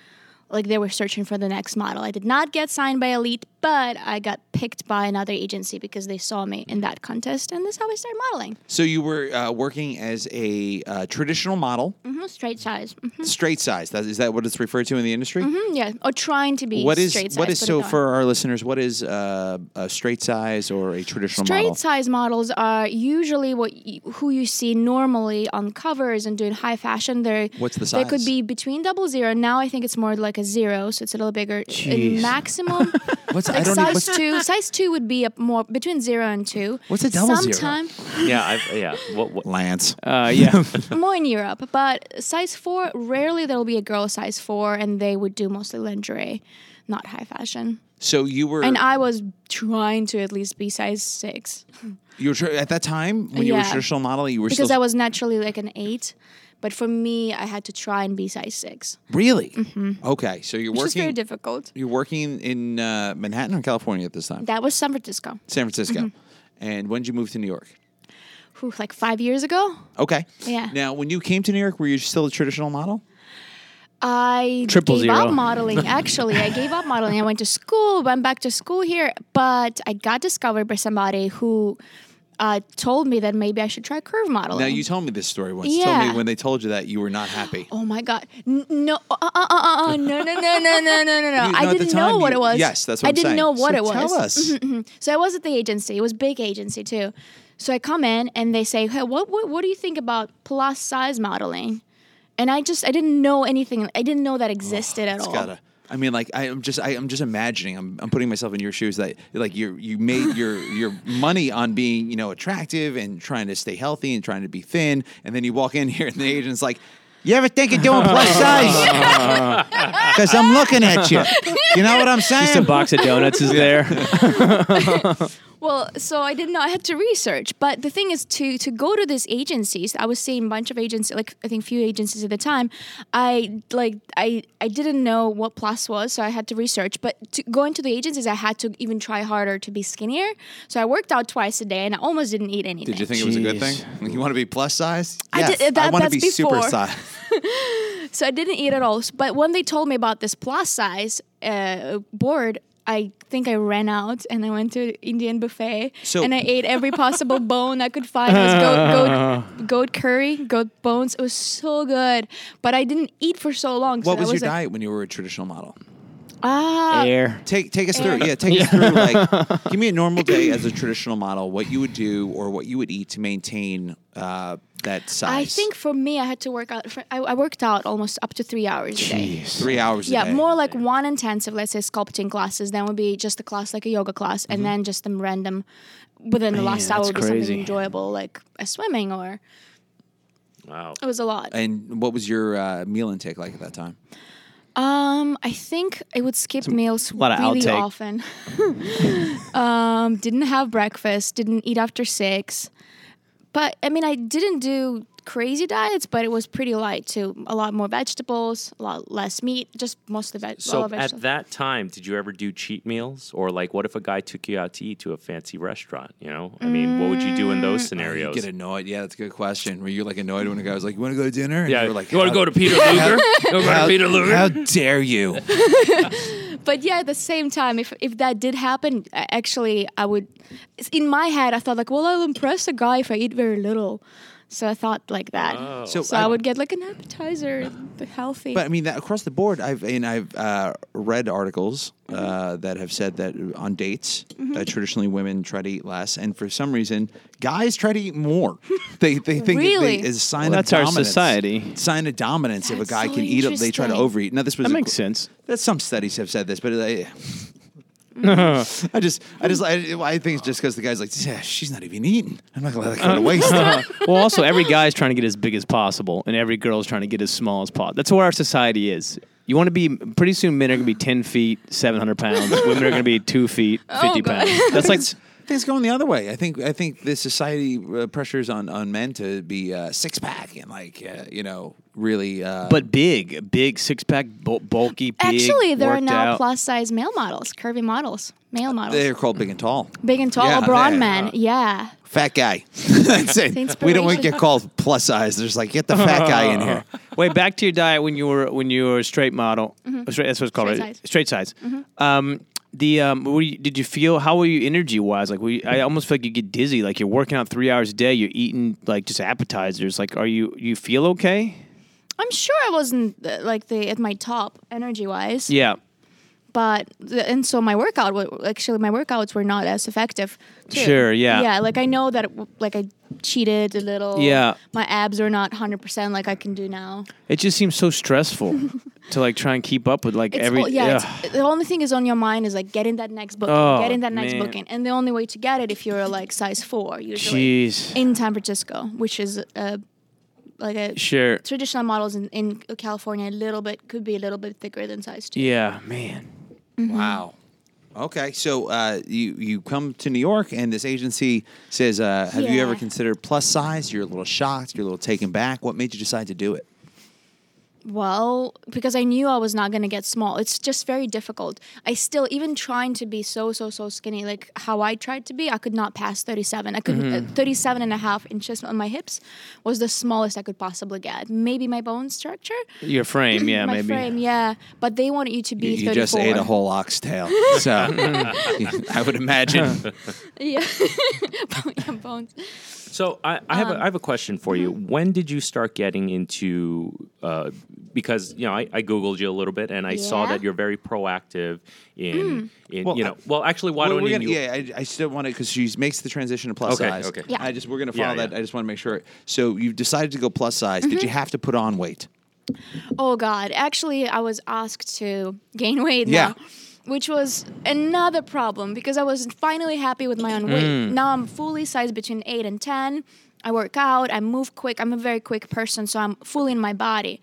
S3: Like they were searching for the next model. I did not get signed by Elite, But I got picked by another agency because they saw me in that contest, and that's how I started modeling.
S1: So you were uh, working as a uh, traditional model,
S3: hmm straight size. hmm
S1: straight size. That, is that what it's referred to in the industry?
S3: yeah, or trying to be
S1: What is
S3: straight size.
S1: what is
S3: but
S1: so
S3: not.
S1: for our listeners? What is uh, a straight size or a traditional
S3: Straight
S1: model?
S3: size models are usually what you, who you see normally on covers and doing high fashion. They're
S1: What's the
S3: They could
S1: size?
S3: be between double zero. Now I think it's more like a zero, so it's a little bigger.
S2: Jeez.
S3: In maximum,
S1: What's I
S3: like
S1: don't know,
S3: size
S1: what's-
S3: two. Size two would be a more between zero and two.
S1: What's a double zero?
S3: Sometime
S4: yeah, I've, yeah. What, what,
S1: Lance.
S2: Uh, yeah.
S3: more in Europe, but size four rarely there will be a girl size four, and they would do mostly lingerie, not high fashion.
S1: So you were
S3: And I was trying to at least be size six.
S1: you were tra- at that time when you were a
S3: Yeah.
S1: traditional model. You were
S3: because
S1: still
S3: I was naturally like an eight, but for me, I had to try and be size six,
S1: really okay. So you're
S3: which is very
S1: working.
S3: difficult.
S1: You're working in uh, Manhattan or California at this time,
S3: That was San Francisco,
S1: San Francisco.
S3: Mm-hmm.
S1: And when did you move to New York?
S3: Whew, like five years ago.
S1: Okay.
S3: Yeah.
S1: Now, when you came to New York, were you still a traditional model?
S3: I
S2: Triple
S3: gave
S2: zero.
S3: up modeling. Actually, I gave up modeling. I went to school, went back to school here, but I got discovered by somebody who uh, told me that maybe I should try curve modeling.
S1: Now you told me this story once. You Told
S3: Yeah.
S1: me when they told you that you were not happy.
S3: Oh my god! N- No, uh, uh, uh, uh, uh, no, no, no, no, no, no, no, no!
S1: You know, at
S3: I
S1: the
S3: didn't
S1: time,
S3: know what
S1: you-
S3: it was.
S1: yes, that's what
S3: I
S1: I'm
S3: didn't
S1: saying.
S3: know what
S1: So
S3: it was.
S1: tell us.
S3: Mhm, mhm. So I was at the agency. It was big agency too. So I come in and they say, "Hey, what, what, what do you think about plus size modeling?" And I just, I didn't know anything. I didn't know that existed at
S1: It's
S3: all.
S1: gotta. I mean, like I, am just, I, I'm just imagining. I'm, I'm putting myself in your shoes. That like you, you made your your money on being, you know, attractive and trying to stay healthy and trying to be thin, and then you walk in here and the agent's like, "You ever think of doing plus size?" Because I'm looking at you. You know what I'm saying?
S2: Just a box of donuts is there.
S3: Well, so I didn't know. I had to research. But the thing is, to to go to these agencies, I was seeing a bunch of agencies, like I think few agencies at the time. I like I I didn't know what plus was, so I had to research. But to going to the agencies, I had to even try harder to be skinnier. So I worked out twice a day, and I almost didn't eat anything.
S1: Did you think it was a good thing?
S2: Jeez.
S1: Like, you want to be plus size?
S3: I
S1: Yes,
S3: did- that-
S1: want to
S3: that's
S1: be super
S3: before.
S1: size.
S3: so I didn't eat at all. S- But when they told me about this plus size uh, board. I think I ran out and I went to Indian buffet
S1: So-
S3: and I ate every possible bone I could find. It was goat, goat, goat curry, goat bones. It was so good, but I didn't eat for so long. so
S1: What was
S3: I
S1: your
S3: was like,
S1: diet when you were a traditional model?
S3: Ah,
S2: Air.
S1: Take take us through. Yeah, take us through. Like, give me a normal day as a traditional model. What you would do or what you would eat to maintain uh, that size?
S3: I think for me, I had to work out. For, I, I worked out almost up to three hours a day.
S2: Jeez.
S1: three hours. a
S3: Yeah,
S1: day.
S3: more like one intensive, let's say sculpting classes. Then would be just a class like a yoga class, and then just some random within the
S2: Mm-hmm.
S3: last
S2: Man,
S3: hour
S2: that's
S3: would be
S2: crazy.
S3: something enjoyable like a swimming or
S4: wow.
S3: it was a lot.
S1: And what was your uh, meal intake like at that time?
S3: Um, I think I would skip meals
S2: lot of
S3: really
S2: outtake.
S3: often. um, didn't have breakfast. Didn't eat after six. But I mean, I didn't do crazy diets, but it was pretty light too. A lot more vegetables, a lot less meat, just mostly veg-
S4: So
S3: all vegetables.
S4: at that time, did you ever do cheat meals, or like, what if a guy took you out to eat to a fancy restaurant? You know, I mean, what would you do in those
S1: Oh, You
S4: scenarios?
S1: get annoyed. Yeah, that's a good question. Were you like annoyed when a guy was like, "You want to go to dinner?" And
S4: yeah,
S1: you were like,
S4: you want to
S1: "How-
S4: go to Peter Luger? You wanna go to Peter Luger?
S1: How dare you?
S3: but yeah, at the same time, if if that did happen, I- actually, I would. In my head, I thought like, well, I'll impress a guy if I eat very little. So I thought like that.
S1: So
S3: So,
S1: I-
S3: I, would get like an appetizer, healthy.
S1: But I mean, that, across the board, I've and I've uh, read articles
S2: Mm-hmm.
S1: uh, that have said that on dates, uh, traditionally women try to eat less, and for some reason, guys try to eat more. they they think it-
S3: Really?
S1: they, is a sign
S2: Well,
S1: of
S2: that's our
S1: dominance.
S2: society.
S1: Sign of dominance if a
S3: That's
S1: guy
S3: so
S1: can eat. They try to
S3: interesting.
S1: overeat. Now this was
S2: That
S1: a-
S2: makes sense.
S1: That some studies have said this, but I,
S2: Mm-hmm.
S1: I just I just I, I think it's just because the guy's like, yeah, she's not even eating. I'm not gonna let that go to waste.
S2: well, also every guy's trying to get as big as possible, and every girl's trying to get as small as possible. That's where our society is. You want to be pretty soon. Men are going to be ten feet, seven hundred pounds. Women are going to be two feet,
S4: Oh,
S2: fifty
S3: God.
S2: pounds. That's like
S1: I think it's going the other way. I think I think the society uh, pressures on, on men to be uh, six pack and like uh, you know really. Uh,
S2: but big, big six pack, bul- bulky. Big,
S3: Actually, there are
S2: worked
S3: now
S2: out.
S3: plus size male models, curvy models, male models.
S1: they're called big and tall,
S3: Big and tall,
S1: Yeah,
S3: or brawn
S1: yeah.
S3: man. yeah.
S1: fat guy. That's it. We don't want to
S3: inspiration.
S1: get called plus size. They're just like get the fat guy in here.
S2: Wait, back to your diet when you were when you were a straight model. Straight, that's what it's called,
S3: Mm-hmm. Straight
S2: right?
S3: size. Mm-hmm.
S2: Straight size. Um, The um, were you, did you feel? How were you energy wise? Like, were you, I almost feel like you get dizzy. Like you're working out three hours a day. You're eating like just appetizers. Like, are you you feel okay?
S3: I'm sure I wasn't uh, like the at my top energy wise.
S2: Yeah.
S3: but the- and so my workout wa- actually my workouts were not as effective too.
S2: Sure, yeah.
S3: yeah like i know that w- like i cheated a little
S2: Yeah.
S3: my abs are not 100% like i can do now
S2: It just seems so stressful to like try and keep up with like
S3: it's
S2: every.
S3: all-
S2: ugh.
S3: yeah it's, the only thing is on your mind is like getting that next booking
S2: Oh,
S3: getting that next
S2: man.
S3: booking and the only way to get it if you're like size 4 usually
S2: Jeez.
S3: in san francisco which is uh, like a
S2: Sure.
S3: traditional models in, in california a little bit could be a little bit thicker than size 2
S2: Yeah, man.
S3: Mm-hmm.
S1: Wow. Okay, so uh, you you come to New York, and this agency says, uh, "Have you ever
S3: Yeah.
S1: considered plus size?" You're a little shocked. You're a little taken back. What made you decide to do it?
S3: Well, because I knew I was not going to get small. It's just very difficult. I still, even trying to be so, so, so skinny, like how I tried to be, I could not pass 37. I could,
S1: Mm-hmm.
S3: uh, 37 and a half inches on my hips was the smallest I could possibly get. Maybe my bone structure,
S2: Your frame, yeah,
S3: my
S2: maybe.
S3: frame, yeah. But they wanted you to
S1: You,
S3: be
S1: you
S3: 34.
S1: just ate a whole oxtail, so I would imagine.
S3: Yeah. yeah, bones.
S4: So I, I have a, I have a question for you. When did you start getting into? Uh, because you know, I, I googled you a little bit, and I saw
S3: Yeah.
S4: that you're very proactive in, in
S1: Well,
S4: you
S1: I-
S4: know. well, actually, why
S1: Well,
S4: don't
S1: we're
S4: you?
S1: gonna- yeah, I, I still want to because she makes the transition to plus
S4: Okay,
S1: size.
S4: okay.
S3: Yeah.
S1: I just we're gonna
S4: Yeah,
S1: follow that.
S4: yeah.
S1: I just want to make sure. So you decided to go plus size.
S3: Mm-hmm.
S1: Did you have to put on weight?
S3: Oh God! Actually, I was asked to gain weight
S1: Yeah.
S3: now, which was another problem because I was finally happy with my own weight. Now I'm fully sized between eight and ten. I work out. I move quick. I'm a very quick person, so I'm fully in my body.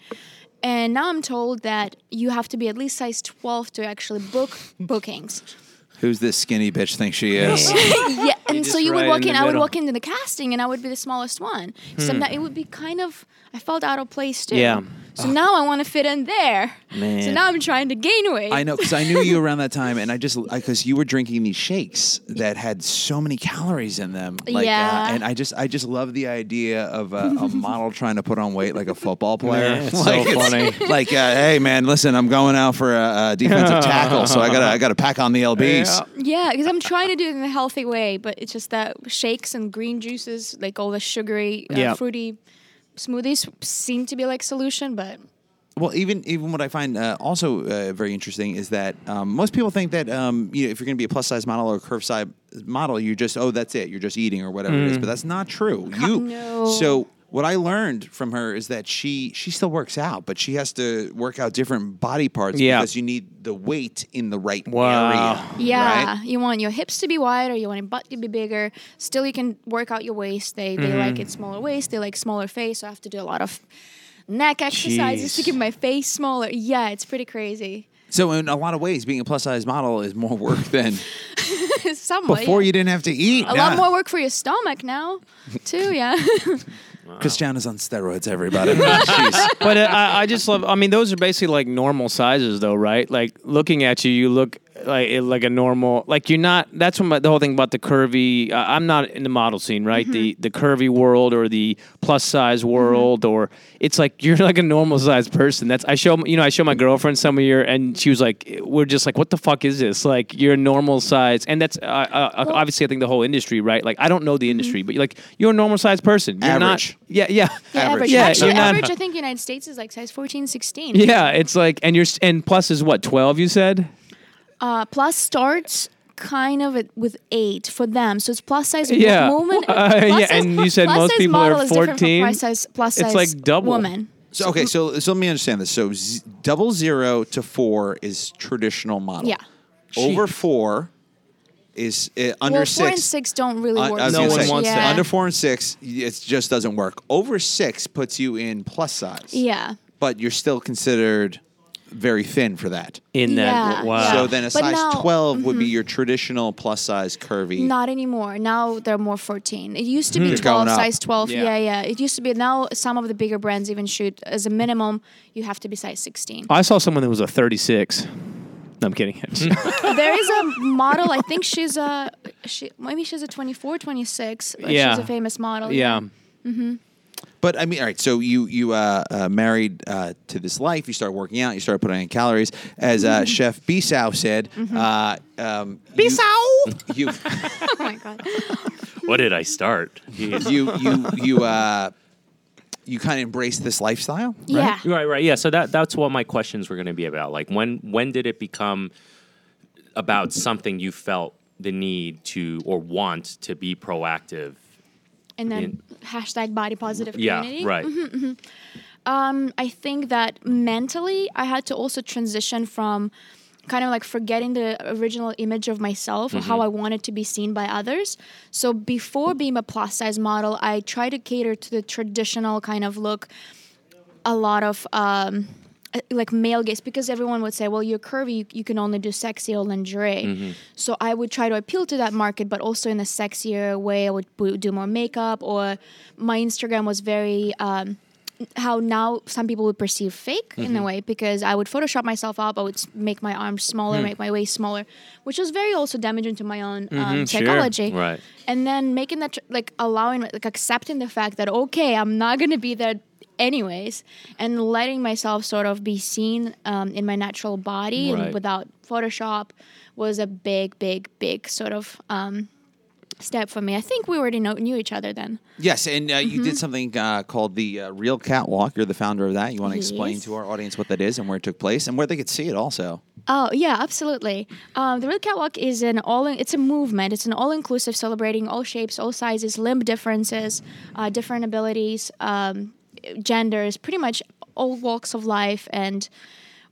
S3: And now I'm told that you have to be at least size 12 to actually book bookings.
S1: Who's this skinny bitch think she is?
S3: yeah, and
S2: just
S3: so you
S2: right
S3: would
S2: in
S3: walk
S2: the
S3: in. I would
S2: middle. Hmm.
S3: walk into the casting, and I would be the smallest one. Sometimes it would be kind of. I felt out of place too.
S2: Yeah.
S3: So now I want to fit in there. So
S2: Man.
S3: now I'm trying to gain weight.
S1: I know because I knew you around that time, and I just because you were drinking these shakes that had so many calories in them. Like,
S3: Yeah.
S1: Uh, and I just I just love the idea of a, a model trying to put on weight like a football player.
S2: Yeah, it's so
S1: like,
S2: funny.
S1: Like, uh, hey man, listen, I'm going out for a, a defensive tackle, so I gotta I gotta pack on the lbs.
S2: Yeah.
S3: Yeah, because I'm trying to do it in a healthy way, but it's just that shakes and green juices, like all the sugary, uh,
S2: Yeah.
S3: fruity smoothies, seem to be like solution. But
S1: Well, even even what I find uh, also uh, very interesting is that um, most people think that um, you know if you're going to be a plus size model or a curve size model, you're just oh that's it, you're just eating or whatever it is.
S2: Mm.
S1: But that's not true. You
S3: no.
S1: so what I learned from her is that she she still works out, but she has to work out different body parts
S2: Yeah.
S1: because you need the weight in the right
S2: Wow.
S1: area.
S3: yeah,
S1: right?
S3: you want your hips to be wider, you want your butt to be bigger. Still, you can work out your waist. They they
S2: Mm-hmm.
S3: like it smaller waist, they like smaller face. So I have to do a lot of neck exercises to
S2: Jeez.
S3: keep my face smaller. Yeah, it's pretty crazy.
S1: So in a lot of ways, being a plus size model is more work than
S3: Somewhat.
S1: before.
S3: yeah.
S1: You didn't have to eat
S3: a lot more work for your stomach now, too. Yeah.
S1: Christiana's on steroids, everybody. She's-
S2: But uh, I, I just love. I mean, those are basically like normal sizes, though, right? Like looking at you, you look like like a normal. Like you're not. That's when my, the whole thing about the curvy. Uh, I'm not in the model scene, right?
S3: Mm-hmm.
S2: The the curvy world or the plus size world,
S3: Mm-hmm.
S2: or it's like you're like a normal sized person. That's I show you know I show my girlfriend some of your, and she was like, we're just like, what the fuck is this? Like you're a normal size, and that's uh, uh,
S3: Well- Mm-hmm.
S2: obviously I think the whole industry, right? Like I don't know the industry, but like you're a normal sized person. You're
S1: Average.
S2: Not, yeah, yeah.
S3: Yeah,
S1: Average.
S3: average.
S2: Yeah,
S3: Actually,
S2: you're not-
S3: average, I think, United States is like size 14, 16.
S2: Yeah, it's like, and you're, and plus is what twelve? You said.
S3: Uh, plus starts kind of at, with eight for them. So it's plus size
S2: Yeah.
S3: wo- woman.
S2: Uh,
S3: plus
S2: yeah, and you said
S3: plus
S2: most
S3: size
S2: people are
S3: model is different from
S2: 14.
S3: Plus size, plus
S2: It's
S3: size
S2: like double.
S3: woman.
S1: So okay, so so let me understand this. So z- double zero to four is traditional model.
S3: Yeah.
S1: Over four is uh, under
S3: well,
S1: six.
S3: four and six don't really
S1: I-
S3: work.
S1: I was
S2: No
S1: gonna
S2: one
S1: say,
S2: wants
S3: yeah.
S2: that.
S1: Under four and six, y- it just doesn't work. Over six puts you in plus size.
S3: Yeah.
S1: But you're still considered very thin for that.
S2: In
S3: Yeah,
S2: that, wow.
S3: yeah.
S1: So then a
S3: But
S1: size
S3: now- mm-hmm.
S1: 12 would be your traditional plus size curvy.
S3: Not anymore. Now they're more 14. It used to be
S1: They're going
S3: 12,
S1: up.
S3: size 12.
S2: Yeah.
S3: Yeah. yeah, It used to be. Now some of the bigger brands even shoot as a minimum, you have to be size 16.
S2: I saw someone that was a thirty-six. No, I'm kidding.
S3: there is a model i think she's a she maybe she's a 24 26 but
S2: Yeah.
S3: she's a famous model
S2: yeah.
S1: But I mean, all right. So you you uh, uh, married uh, to this life. You start working out. You start putting in calories. As
S3: Mm-hmm.
S1: uh, Chef Bisau said, uh, um, Bisau, you
S3: oh my god.
S4: What did I start? Jeez.
S1: you you you uh, you kind of embrace this lifestyle.
S3: Yeah.
S4: Right, right. Yeah. So that that's what my questions were going to be about. Like when when did it become about something you felt the need to or want to be proactive?
S3: And then hashtag body positive community. Mm-hmm.
S4: Yeah, right.
S3: um, I think that mentally, I had to also transition from kind of like forgetting the original image of myself or how I wanted to be seen by others. So before being a plus size model, I try to cater to the traditional kind of look. A lot of um, uh, like male gaze because everyone would say, well, you're curvy, you, you can only do sexy or lingerie. So I would try to appeal to that market, but also in a sexier way. I would bo- do more makeup, or my Instagram was very. Um, how now some people would perceive fake in a way because I would Photoshop myself up, I would s- make my arms smaller, make my waist smaller, which was very also damaging to my own
S2: sure.
S3: um, psychology.
S4: Right.
S3: And then making that, tr- like allowing, like accepting the fact that, okay, I'm not going to be there anyways, and letting myself sort of be seen um, in my natural body
S4: Right.
S3: and without Photoshop was a big, big, big sort of um, step for me. I think we already know, knew each other then.
S1: Yes, and uh, you
S3: Mm-hmm.
S1: did something uh, called the uh, Real Catwalk. You're the founder of that. You want to explain
S3: Yes.
S1: to our audience what that is and where it took place and where they could see it also.
S3: Oh yeah, absolutely. Um, the Real Catwalk is an all. It's a movement. It's an all-inclusive celebrating all shapes, all sizes, limb differences, uh, different abilities, um, genders, pretty much all walks of life. And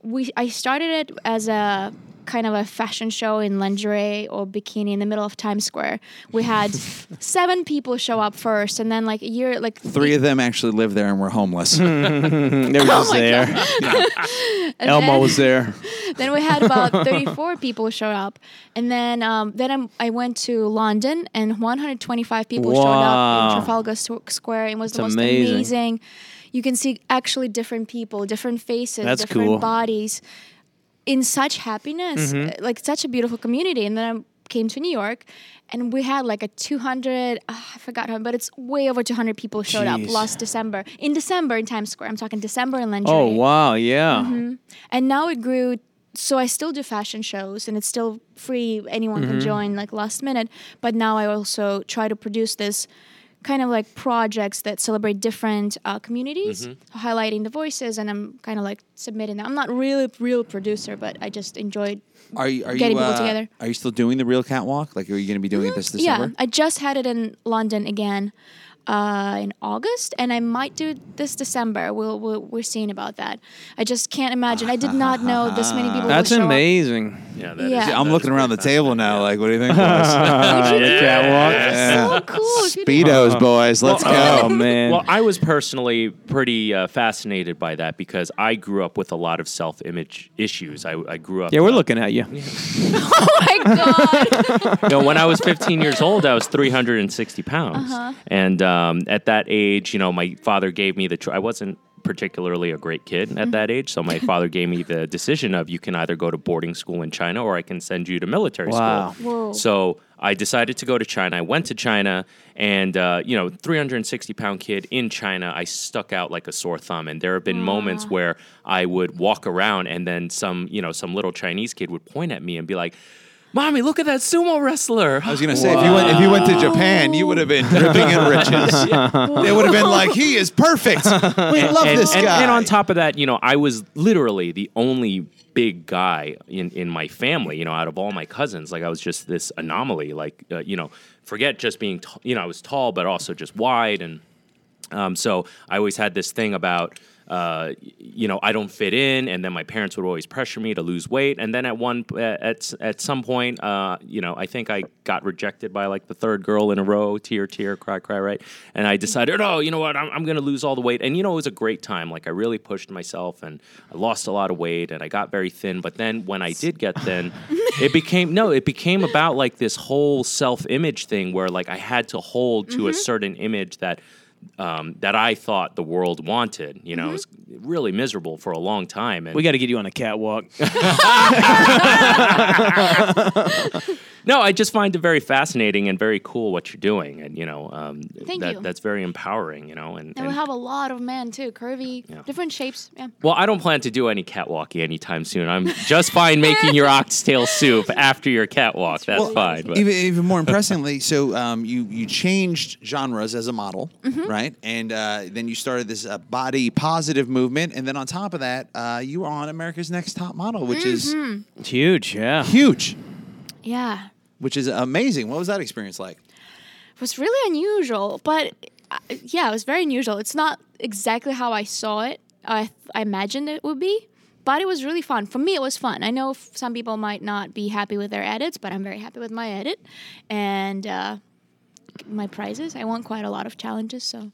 S3: we, I started it as a kind of a fashion show in lingerie or bikini in the middle of Times Square. We had seven people show up first, and then like a year, like
S1: Three of them actually live there and were homeless.
S3: Mm-hmm.
S2: They were just there.
S3: and
S2: Elmo
S3: then-
S2: was there.
S3: then we had about 34 people show up and then um, then I'm, i went to london and 125 people showed up
S2: Wow.
S3: in trafalgar Squ- square it was the
S2: That's
S3: most
S2: amazing.
S3: amazing. you can see actually different people different faces
S2: That's
S3: different
S2: cool. Mm-hmm.
S3: bodies in such happiness uh, like such a beautiful community and then i came to new york and we had like a 200 ah, i forgot how but it's way over 200 people showed
S2: Jeez.
S3: up last december in december in times square i'm talking december in lingerie
S2: Oh wow, yeah.
S3: and now it grew so i still do fashion shows and it's still free anyone
S1: Mm-hmm.
S3: can join like last minute but now i also try to produce this kind of like projects that celebrate different uh, communities
S1: Mm-hmm.
S3: highlighting the voices and i'm kind of like submitting that i'm not really a real producer but i just enjoyed
S1: Are you are
S3: Getting
S1: you
S3: people
S1: uh,
S3: together. Mm-hmm.
S1: Are you still doing the Real Catwalk? Like, are you going to be doing it this
S3: yeah
S1: December?
S3: i just had it in london again uh, in august and i might do it this december we'll, we'll, we're seeing about that i just can't imagine i did not know this many people
S2: That's
S3: would show up.
S2: amazing.
S4: Yeah. that is-
S3: Yeah.
S1: I'm
S4: that
S1: looking
S4: is
S1: around the
S4: pretty
S1: table now. Like, what do you think? boys?
S3: so cool if you didn't
S1: Speedos, boys. Let's
S2: Oh
S1: go.
S2: man.
S4: Well, I was personally pretty uh, fascinated by that because I grew up with a lot of self-image issues. I, I grew up.
S2: yeah, we're
S4: uh,
S2: looking at you.
S3: Oh my god!
S4: no, when I was 15 years old, I was 360 pounds, and um, at that age, you know, my father gave me the. Cho- I wasn't particularly a great kid at that age, so my father gave me the decision of you can either go to boarding school in China or I can send you to military
S2: Wow.
S4: school.
S3: Whoa.
S4: So I decided to go to China. I went to China, and uh, you know, 360 pound kid in China, I stuck out like a sore thumb. And there have been moments where I would walk around, and then some, you know, some little Chinese kid would point at me and be like. Mommy, look at that sumo wrestler.
S1: I was gonna say if you went if you went to Japan, you would have been dripping in riches. they would have been like, he is perfect. We love
S4: and,
S1: this
S4: and-
S1: guy.
S4: and on top of that, you know, I was literally the only big guy in, in my family, you know, out of all my cousins. Like, I was just this anomaly. Like, uh, you know, forget just being, t- you know, I was tall, but also just wide. And um, so I always had this thing about, uh, y- you know, I don't fit in, and then my parents would always pressure me to lose weight. And then at one at at some point, uh, you know, I think I got rejected by like the third girl in a row, tear, tear, cry, cry, right? And I decided, oh, you know what, I'm, I'm going to lose all the weight. And you know, it was a great time. Like I really pushed myself, and I lost a lot of weight, and I got very thin. But then when I did get thin, it became no, it became about like this whole self image thing where like I had to hold to a certain image that um, that I thought the world wanted. You know,
S3: Mm-hmm.
S4: it was really miserable for a long time. And
S2: we got to get you on a catwalk.
S4: No, I just find it very fascinating and very cool what you're doing, and you know, um,
S3: Thank
S4: that,
S3: you.
S4: That's very empowering, you know. And,
S3: And
S4: and-
S3: we have a lot of men too, curvy, different shapes. Yeah.
S4: well, I don't plan to do any catwalky anytime soon. I'm just fine making your oxtail soup after your catwalk. That's fine. But.
S1: Even, even more impressively, so um, you you changed genres as a model, right? And uh, then you started this uh, body positive movement, and then on top of that, uh, you were on America's Next Top Model, which
S2: It's huge, yeah.
S1: is huge,
S3: Yeah.
S1: which is amazing. What was that experience like?
S3: It was really unusual, but uh, yeah, it was very unusual. It's not exactly how I saw it. I, I imagined it would be, but it was really fun. For me, it was fun. I know f- some people might not be happy with their edits, but I'm very happy with my edit and uh, my prizes. I won quite a lot of challenges, so.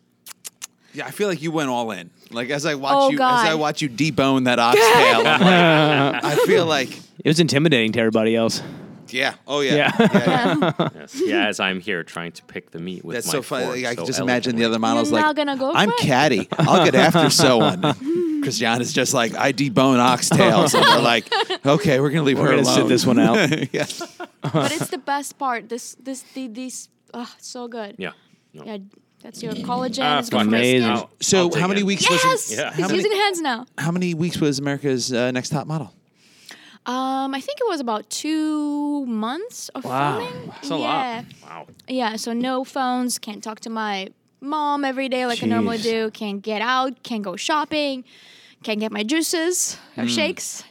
S1: Yeah, I feel like you went all in. Like as I watch
S3: Oh,
S1: you,
S3: God.
S1: as I watch you debone that oxtail, I'm like, I feel like,
S2: It was intimidating to everybody else.
S1: yeah, oh yeah,
S2: Yeah.
S4: Yes. Yeah, as I'm here trying to pick the meat with
S1: That's
S4: my
S1: so funny.
S4: fork
S1: Like, I can
S4: so
S1: just imagine the
S4: elegantly.
S1: other models
S3: You're
S1: like,
S3: not gonna go
S1: I'm
S3: for it?"
S1: catty. I'll get after so on. Christiana's just like, I debone oxtails. and we're like, okay, we're going to leave
S2: We're
S1: her
S2: gonna
S1: alone.
S2: sit this one out.
S1: yeah.
S3: but it's the best part. This, this, the, these, oh, so good.
S4: Yeah. No.
S3: Yeah, that's your collagen.
S4: Ah,
S3: it's good for my
S2: amazing.
S3: skin.
S4: I'll- I'll
S1: So
S4: dig
S1: how many
S4: it.
S1: weeks was
S3: Yes!
S1: it-
S4: Yeah.
S3: He's
S1: how, many,
S3: using hands now.
S1: how many weeks was America's uh, Next Top Model?
S3: Um, I think it was about two months of
S2: Wow.
S3: filming.
S4: That's
S3: yeah.
S4: a lot. Wow.
S3: Yeah, so no phones, can't talk to my mom every day like I normally
S2: Jeez.
S3: do, can't get out, can't go shopping, can't get my juices or shakes.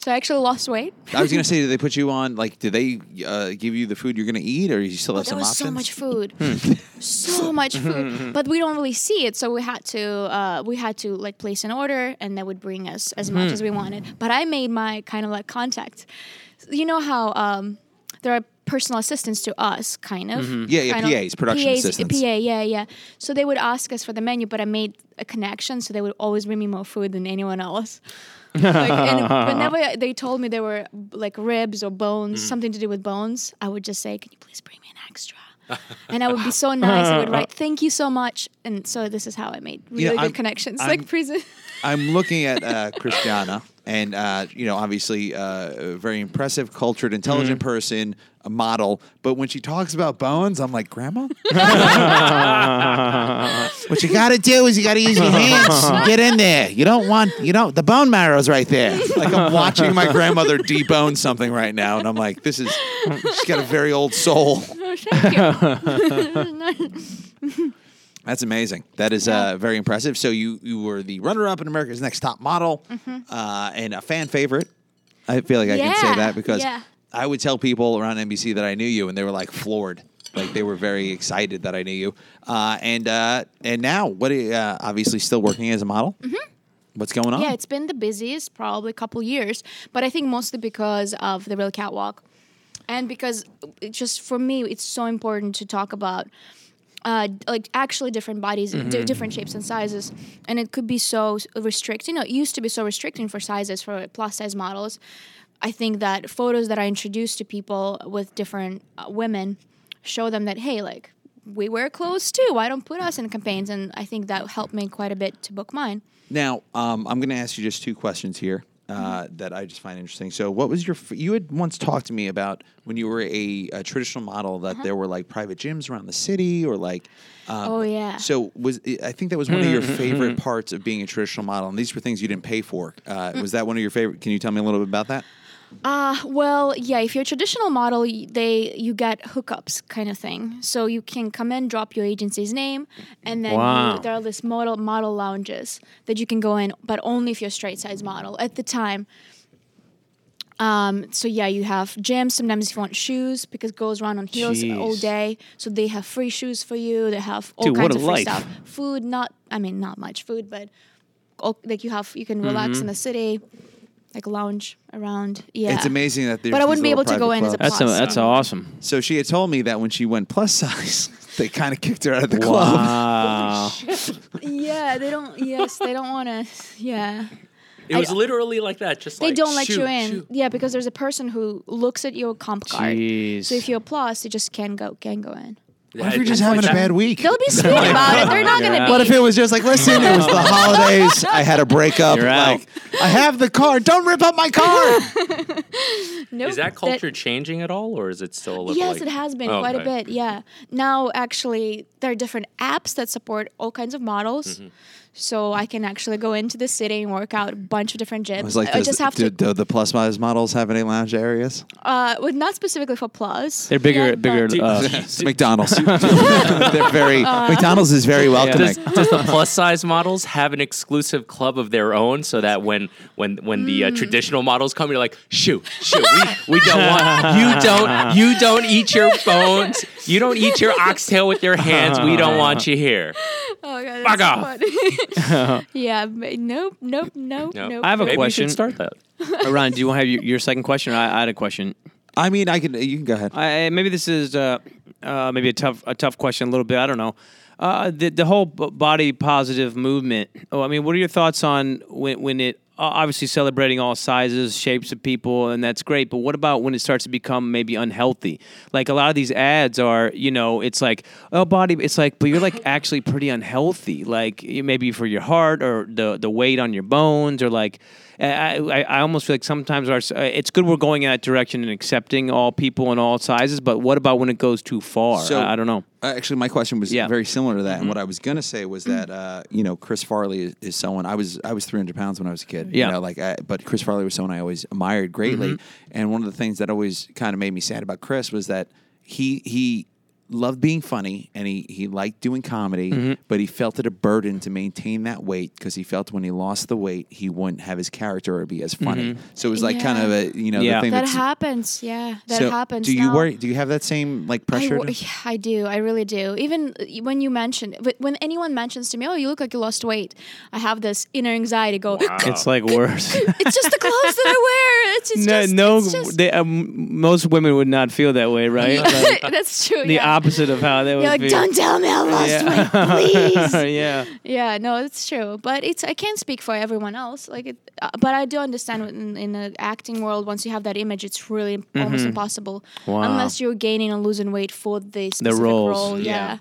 S3: So I actually lost weight.
S1: I was going to say, did they put you on, like, did they uh, give you the food you're going to eat or you still have
S3: There
S1: some
S3: was
S1: options? Hmm.
S3: so much food, so much food, but we don't really see it. So we had to, uh, we had to like place an order, and they would bring us as much
S1: Hmm.
S3: as we wanted. But I made my kind of like contact. You know how um, there are personal assistants to us, kind of.
S1: Yeah, yeah,
S3: kind of-
S1: PAs, production
S3: PAs,
S1: assistants.
S3: PA, yeah, yeah. So they would ask us for the menu, but I made a connection, so they would always bring me more food than anyone else. like, and whenever they told me there were like ribs or bones,
S1: Mm.
S3: something to do with bones, I would just say, "Can you please bring me an extra?" and I would be so nice. I would write, "Thank you so much." And so this is how I made really
S1: know,
S3: good
S1: I'm-
S3: connections,
S1: I'm-
S3: like prison.
S1: I'm looking at uh, Christiana, and uh, you know, obviously, uh, a very impressive, cultured, intelligent person, a model. But when she talks about bones, I'm like, Grandma. what you got to do is you got to use your hands and get in there. You don't want, you know, the bone marrow's right there. Like I'm watching my grandmother debone something right now, and I'm like, this is she's got a very old soul.
S3: Oh, thank you.
S1: That's amazing. That is uh, very impressive. So you you were the runner up in America's Next Top Model, uh, and a fan favorite. I feel like I can say
S3: Mm-hmm. Yeah,
S1: that because
S3: yeah.
S1: I would tell people around NBC that I knew you, and they were like floored, like they were very excited that I knew you. Uh, and uh, and now what? Are you, uh, obviously, still working as a model. What's going on?
S3: Mm-hmm. Yeah, it's been the busiest probably couple years, but I think mostly because of the real catwalk, and because it just for me, it's so important to talk about. Uh, d- like actually different bodies di- different shapes and sizes and it could be so s- restricting you know, it used to be so restricting for sizes for plus size models i think that photos that i introduce to people with different uh, women show them that hey like we wear clothes too why don't put us in campaigns and i think that helped me quite a bit to book mine
S1: Now um, I'm going to ask you just two questions here. Uh,
S3: Mm-hmm.
S1: that I just find interesting. So, what was your? F- you had once talked to me about when you were a, a traditional model
S3: Uh-huh.
S1: that there were like private gyms around the city or like
S3: oh yeah
S1: So was I think that was one of your favorite parts of being a traditional model, and these were things you didn't pay for. Uh,
S3: Mm.
S1: was that one of your favorite? Can you tell me a little bit about that?
S3: Uh, well, yeah. If you're a traditional model, y- they you get hookups kind of thing. So you can come in, drop your agency's name, and then
S2: Wow.
S3: you, there are this model model lounges that you can go in, but only if you're a straight size model at the time. Um, so yeah, you have gyms. Sometimes if you want shoes, because girls run on heels all
S2: Jeez.
S3: day, so they have free shoes for you. They have all
S2: Dude, what
S3: kinds
S2: a
S3: of free
S2: life.
S3: stuff. Food, not I mean not much food, but all, like you have you can relax
S2: Mm-hmm.
S3: in the city, like lounge around. Yeah,
S1: It's amazing that there's.
S3: But I
S1: these
S3: wouldn't be
S1: little
S3: able to go
S1: private
S3: in as a
S1: clubs.
S2: That's a, that's awesome.
S1: So she had told me that when she went plus size, they kind of kicked her out of the club.
S2: Wow.
S3: Yeah, they don't. Yes, they don't want to. Yeah,
S4: It was literally like that. Just
S3: they
S4: like,
S3: don't let
S4: shoot,
S3: you in.
S4: shoot.
S3: Yeah, because there's a person who looks at your comp card.
S2: Jeez.
S3: So if you're plus, you just can't go. Can go in.
S1: What if you're just having a bad week?
S3: They'll be sweet about it. They're not going to be.
S1: What if it was just like, listen, it was the holidays. I had a breakup.
S2: You're out.
S1: Like, I have the car. Don't rip up my car.
S3: Nope.
S4: Is that culture changing at all, or is it still? look
S3: Oh, Yes, it
S4: like-
S3: has been
S4: Oh,
S3: quite a
S4: okay.
S3: bit. Yeah. Now, actually, there are different apps that support all kinds of
S4: Mm-hmm.
S3: models. So I can actually go into the city and work out a bunch of different gyms.
S1: I was like,
S3: I
S1: does,
S3: just have
S1: do,
S3: to,
S1: do the plus size models have any lounge areas?
S3: uh, well, not specifically for plus.
S2: They're bigger,
S3: yeah,
S2: bigger.
S3: but-
S2: Uh,
S1: It's McDonald's. They're very
S3: Uh.
S1: McDonald's is very welcoming.
S4: Does, does the plus size models have an exclusive club of their own so that when when when the
S3: Mm.
S4: uh, traditional models come, you're like, shoo, shoo, we, we don't want you don't you don't eat your bones, you don't eat your oxtail with your hands. We don't want you here.
S3: oh, God,
S4: Fuck
S3: that's
S4: off.
S3: funny. yeah. ma- Nope. Nope. Nope.
S4: No.
S3: Nope.
S2: I have a
S4: Maybe
S3: nope.
S4: we should
S2: question.
S4: start that.
S2: uh, Ron, do you want to have your, your second question? I, I had a question.
S1: I mean, I can. You can go ahead.
S2: I, maybe this is uh, uh, maybe a tough a tough question a little bit. I don't know. Uh, the the whole b- body positive movement. Oh, I mean, what are your thoughts on when when it o- obviously celebrating all sizes, shapes of people, and that's great. But what about when it starts to become maybe unhealthy? Like a lot of these ads are, you know, it's like oh body, it's like, but you're like actually pretty unhealthy. Like you- maybe for your heart or the the weight on your bones or like. I, I, I almost feel like sometimes our it's good we're going in that direction and accepting all people in all sizes, but what about when it goes too far? I, I don't know.
S1: Uh, Actually, my question was
S2: Yeah. Mm-hmm.
S1: very similar to that. And what I was gonna say was that uh, you know Chris Farley is, is someone I was I was 300 pounds when I was a kid.
S2: Yeah. Mm-hmm.
S1: You know, like I, but Chris Farley was someone I always admired greatly. And one of the things that always kind of made me sad about Chris was that he he loved being funny and he he liked doing comedy,
S2: Mm-hmm.
S1: but he felt it a burden to maintain that weight because he felt when he lost the weight he wouldn't have his character or be as funny. So it was like kind
S3: Yeah.
S1: of a you know
S2: Mm-hmm. Yeah.
S1: the thing
S3: That
S1: that's-
S3: happens. Yeah. That
S1: so
S3: happens.
S1: Do you
S3: now.
S1: worry? Do you have that same like
S3: I,
S1: pressure?
S3: wor-
S1: to-
S3: yeah, I do. I really do. Even uh, when you mentioned, but when anyone mentions to me, "Oh, you look like you lost weight," I have this inner anxiety. Go,
S2: It's like worse.
S3: it's just the clothes that I wear. It's, it's
S2: no,
S3: just,
S2: no
S3: it's just-
S2: they, um, most women would not feel that way, right? Like,
S3: that's true.
S2: the
S3: yeah.
S2: opposite of how they would
S3: You're like,
S2: feel.
S3: don't tell me I lost weight, please.
S2: yeah.
S3: Yeah, no, it's true, but it's I can't speak for everyone else. Like, it, uh, but I do understand in, in the acting world, once you have that image, it's really almost impossible
S2: Mm-hmm. Wow.
S3: unless you're gaining and losing weight for the specific
S2: roles,
S3: role.
S2: yeah.
S3: Yeah,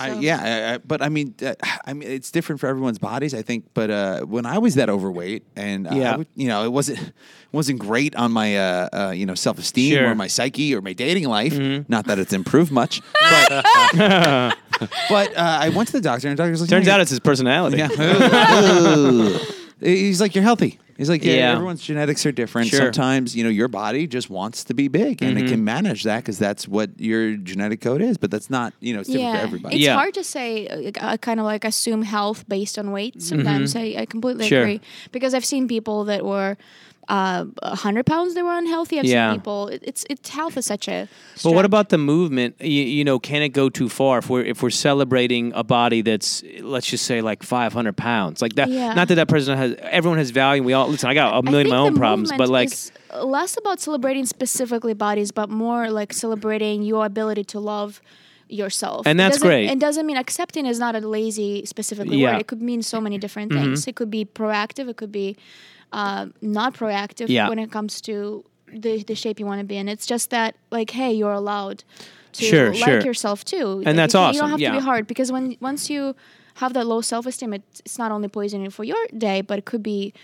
S1: I,
S3: So-
S1: yeah, I, I, but I mean, uh, I mean, it's different for everyone's bodies, I think. But uh, when I was that overweight, and uh, I
S2: Yeah.
S1: would- you know, it wasn't wasn't great on my uh, uh, you know self esteem
S2: Sure. Mm-hmm.
S1: or my psyche or my dating life. Not that it's improved much, but, but uh, I went to the doctor, and the doctor was like,
S2: Turns
S1: "Hey,
S2: out it's his personality.
S1: yeah. He's like, you're healthy. He's like, yeah,
S2: Yeah.
S1: everyone's genetics are different.
S2: Sure. Mm-hmm.
S1: Sometimes, you know, your body just wants to be big and it can manage that because that's what your genetic code is. But that's not, you know, it's different for everybody.
S3: It's
S2: Yeah.
S3: hard to say. uh, like, I kind of like assume health based on weight. Sometimes I, I completely
S2: Mm-hmm. Sure.
S3: agree because I've seen people that were uh, hundred pounds they were unhealthy. I've
S2: Yeah.
S3: seen people. It, it's it's health is such a.
S2: But what
S3: stretch.
S2: about the movement? You, you know, can it go too far if we're if we're celebrating a body that's let's just say like 500 pounds, like that?
S3: Yeah.
S2: Not that that person has everyone has value. We all listen. I got a million of my
S3: I think
S2: own
S3: the
S2: problems, but
S3: movement
S2: like
S3: is less about celebrating specifically bodies, but more like celebrating your ability to love yourself.
S2: And
S3: It
S2: that's
S3: doesn't-
S2: great.
S3: It doesn't mean accepting is not a lazy specifically
S2: Yeah. Mm-hmm.
S3: word. It could mean so many different things. It could be proactive. It could be uh, not proactive
S2: Yeah.
S3: when it comes to the the shape you want to be in. It's just that like, hey, you're allowed to
S2: Sure,
S3: like
S2: sure.
S3: yourself too.
S2: And that's
S3: you, You
S2: awesome,
S3: don't have to
S2: yeah.
S3: be hard because when once you have that low self esteem, it, it's not only poisoning for your day, but it could be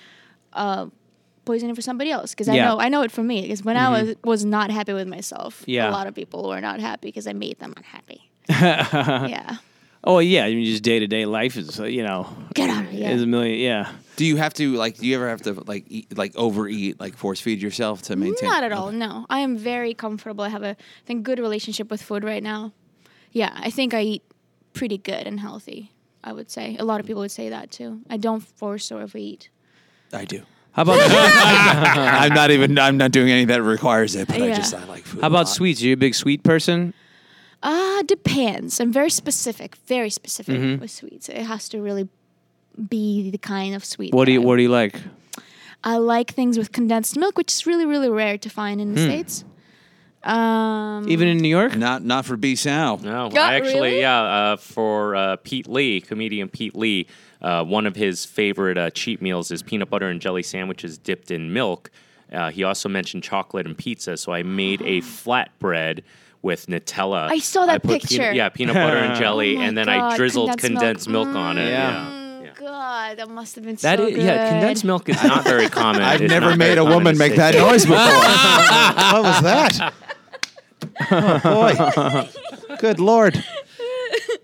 S3: poisoning for somebody else because
S2: Yeah. Mm-hmm.
S3: I know I know it for me because when I was was not happy with myself,
S2: Yeah.
S3: a lot of people were not happy because I made them unhappy. yeah,
S2: Oh yeah, I mean, just day to day life is uh, you know
S3: get out of here.
S2: is a million. Yeah,
S1: Do you have to like? Do you ever have to like eat, like overeat, like force feed yourself to maintain?
S3: Not at all. No, I am very comfortable. I have a I think good relationship with food right now. Yeah, I think I eat pretty good and healthy. I would say a lot of people would say that too. I don't force or overeat.
S1: I do.
S2: how about
S1: I'm not even. I'm not doing anything that requires it. But I
S3: Yeah.
S1: just I like food.
S2: how
S1: a
S2: about
S1: lot.
S2: sweets? Are you a big sweet person?
S3: Ah, depends. I'm very specific, very specific
S2: Mm-hmm.
S3: with sweets. It has to really be the kind of sweet.
S2: What do
S3: that
S2: you
S3: I
S2: What do you like?
S3: I like things with condensed milk, which is really, really rare to find in the States. Um,
S2: Even in New York?
S1: Not not for B Sal.
S4: No,
S3: Yeah,
S4: I actually,
S3: really?
S4: yeah, uh, for uh, Pete Lee, comedian Pete Lee, uh, one of his favorite uh, cheat meals is peanut butter and jelly sandwiches dipped in milk. Uh, he also mentioned chocolate and pizza, so I made a flatbread with Nutella.
S3: I saw that
S4: put
S3: picture.
S4: Peanut, yeah, peanut butter and jelly,
S3: Oh my
S4: and then
S3: God,
S4: I drizzled
S3: condensed milk.
S4: condensed milk, on it.
S2: Yeah.
S4: yeah. Yeah.
S3: mm, God, that must have been
S4: That
S3: so
S4: is,
S3: good.
S4: yeah, condensed milk is not very common.
S1: I've
S4: It's
S1: never
S4: not
S1: made
S4: very
S1: a
S4: common
S1: woman
S4: in
S1: make that
S4: Sydney.
S1: noise before. what was that? Oh, boy. Good lord.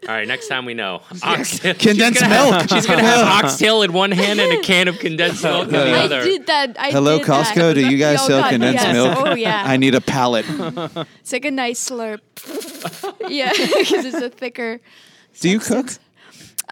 S4: All right, next time we know. Oxtail.
S1: Condensed milk.
S4: She's gonna have oxtail in one hand and a can of condensed milk in the
S3: I
S4: other.
S3: did that. I
S1: Hello,
S3: did that.
S1: Costco. Do you guys
S3: Oh,
S1: sell
S3: God,
S1: condensed
S3: yes.
S1: milk?
S3: Oh yeah.
S1: I need a pallet.
S3: It's like a nice slurp. yeah, because it's a thicker.
S1: Do you cook?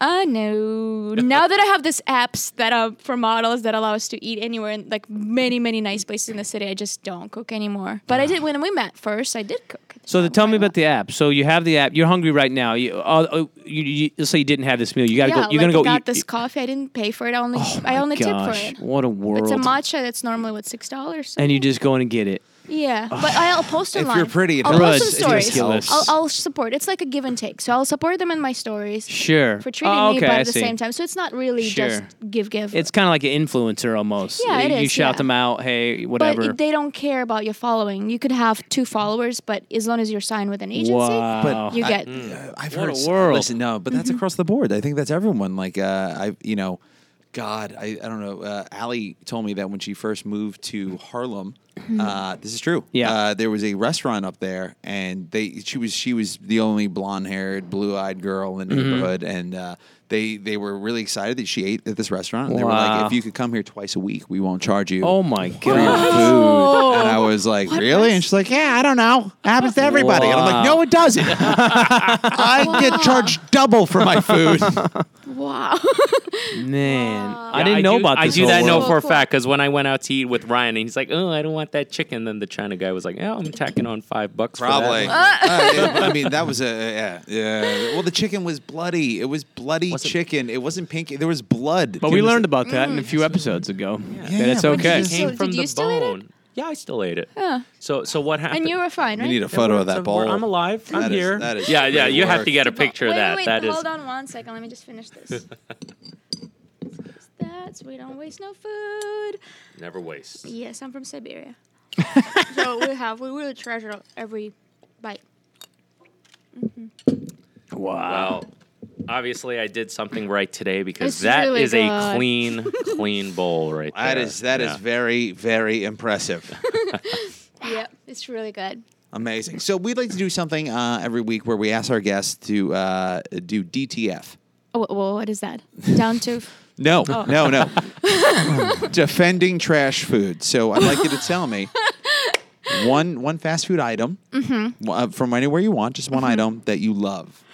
S3: Uh no. now that I have this apps that are for models that allow us to eat anywhere in like many many nice places in the city, I just don't cook anymore. But I did when we met first. I did cook.
S2: So
S3: Uh,
S2: the, tell me
S3: why not?
S2: about the app. So you have the app. You're hungry right now. You, uh, uh, you, you let's say you didn't have this meal. You gotta
S3: yeah,
S2: go. You're gonna
S3: like
S2: go
S3: I got
S2: eat. Oh
S3: this coffee. I didn't pay for it. I only I only
S2: Gosh,
S3: tip for it.
S2: what a world!
S3: It's a matcha that's normally what six dollars.
S2: and you just go in and get it.
S3: Yeah, but I'll post
S1: If
S3: online.
S1: you're pretty, it
S3: I'll
S1: helps.
S3: post
S2: It's
S3: some stories.
S2: ridiculous.
S3: I'll, I'll support. It's like a give and take. So I'll support them in my stories
S2: Sure.
S3: for treating
S2: oh,
S3: me,
S2: okay,
S3: but
S2: I
S3: at the
S2: see.
S3: same time, so it's not really just
S2: Sure.
S3: give give.
S2: It's kind of like an influencer almost.
S3: Yeah, it
S2: you, you
S3: is,
S2: shout
S3: yeah.
S2: them out. Hey,
S3: but
S2: whatever.
S3: they don't care about your following. You could have two followers, but as long as you're signed with an agency,
S2: Wow.
S3: you
S1: I- mm.
S3: get.
S1: Uh, I've
S2: What
S1: heard
S2: a
S1: s-
S2: world. Mm-hmm.
S1: Listen, no, but that's across the board. I think that's everyone. Like, uh, I, you know, God, I, I don't know. Uh, Allie told me that when she first moved to Harlem, uh, this is true.
S2: Mm-hmm. Yeah.
S1: uh, there was a restaurant up there, and they she was she was the only blonde haired, blue eyed girl in the
S2: Mm-hmm.
S1: neighborhood, and uh, they they were really excited that she ate at this restaurant. And They were like,
S2: Wow.
S1: if you could come here twice a week, we won't charge you.
S2: oh my
S1: for your
S2: god.
S1: food. And I was like, really? And she's like, yeah, I don't know. Happens to everybody. And I'm like,
S2: Wow.
S1: no, it doesn't. I get charged double for my food.
S3: Wow.
S2: Man, I
S4: Yeah,
S2: didn't know
S4: do,
S2: about this.
S4: I do
S2: whole
S4: that know
S2: world.
S3: Cool,
S4: for a
S3: cool.
S4: fact because when I went out to eat with Ryan and he's like, "Oh, I don't want that chicken," then the China guy was like, "Oh, I'm tacking on five bucks." for that."
S1: Uh, I mean, that was a yeah, yeah. Well, the chicken was bloody. It was bloody chicken. It wasn't pink. There was blood.
S2: But
S1: It
S2: we
S1: was-
S2: learned about that in
S3: Mm.
S2: a few episodes ago. Yeah,
S1: Yeah,
S2: that it's
S1: but you
S2: okay.
S4: It
S3: So,
S4: came
S3: did
S4: from
S3: you
S4: the
S3: still eat it?
S4: bone. Yeah, I still ate it. So, so what happened?
S3: and you were fine,
S1: We
S3: right?
S1: need a photo of
S4: So
S1: that
S4: we're-
S1: bowl.
S4: I'm alive. I'm
S1: That is-
S4: here.
S1: that is
S4: yeah, yeah.
S1: great
S4: You have
S1: work.
S4: to get a picture of
S3: wait,
S4: that.
S3: Wait,
S4: that is.
S3: hold on one second. Let me just finish this. That's we don't waste no food.
S4: Never waste.
S3: Yes, I'm from Siberia. so we have we really treasure every bite.
S2: Wow.
S4: Well, obviously, I did something right today because
S3: This is
S4: that is
S3: really
S4: a
S3: good.
S4: clean, clean bowl right there.
S1: That is that is
S4: Yeah.
S1: very very impressive.
S3: Yep, it's really good.
S1: Amazing. So we'd like to do something uh, every week where we ask our guests to uh, do DTF.
S3: Oh, well, what is that? Down to
S1: No,
S3: Oh.
S1: no, no. Defending trash food. So I'd like you to tell me one one fast food item
S3: Mm-hmm.
S1: uh, from anywhere you want, just one item that you love,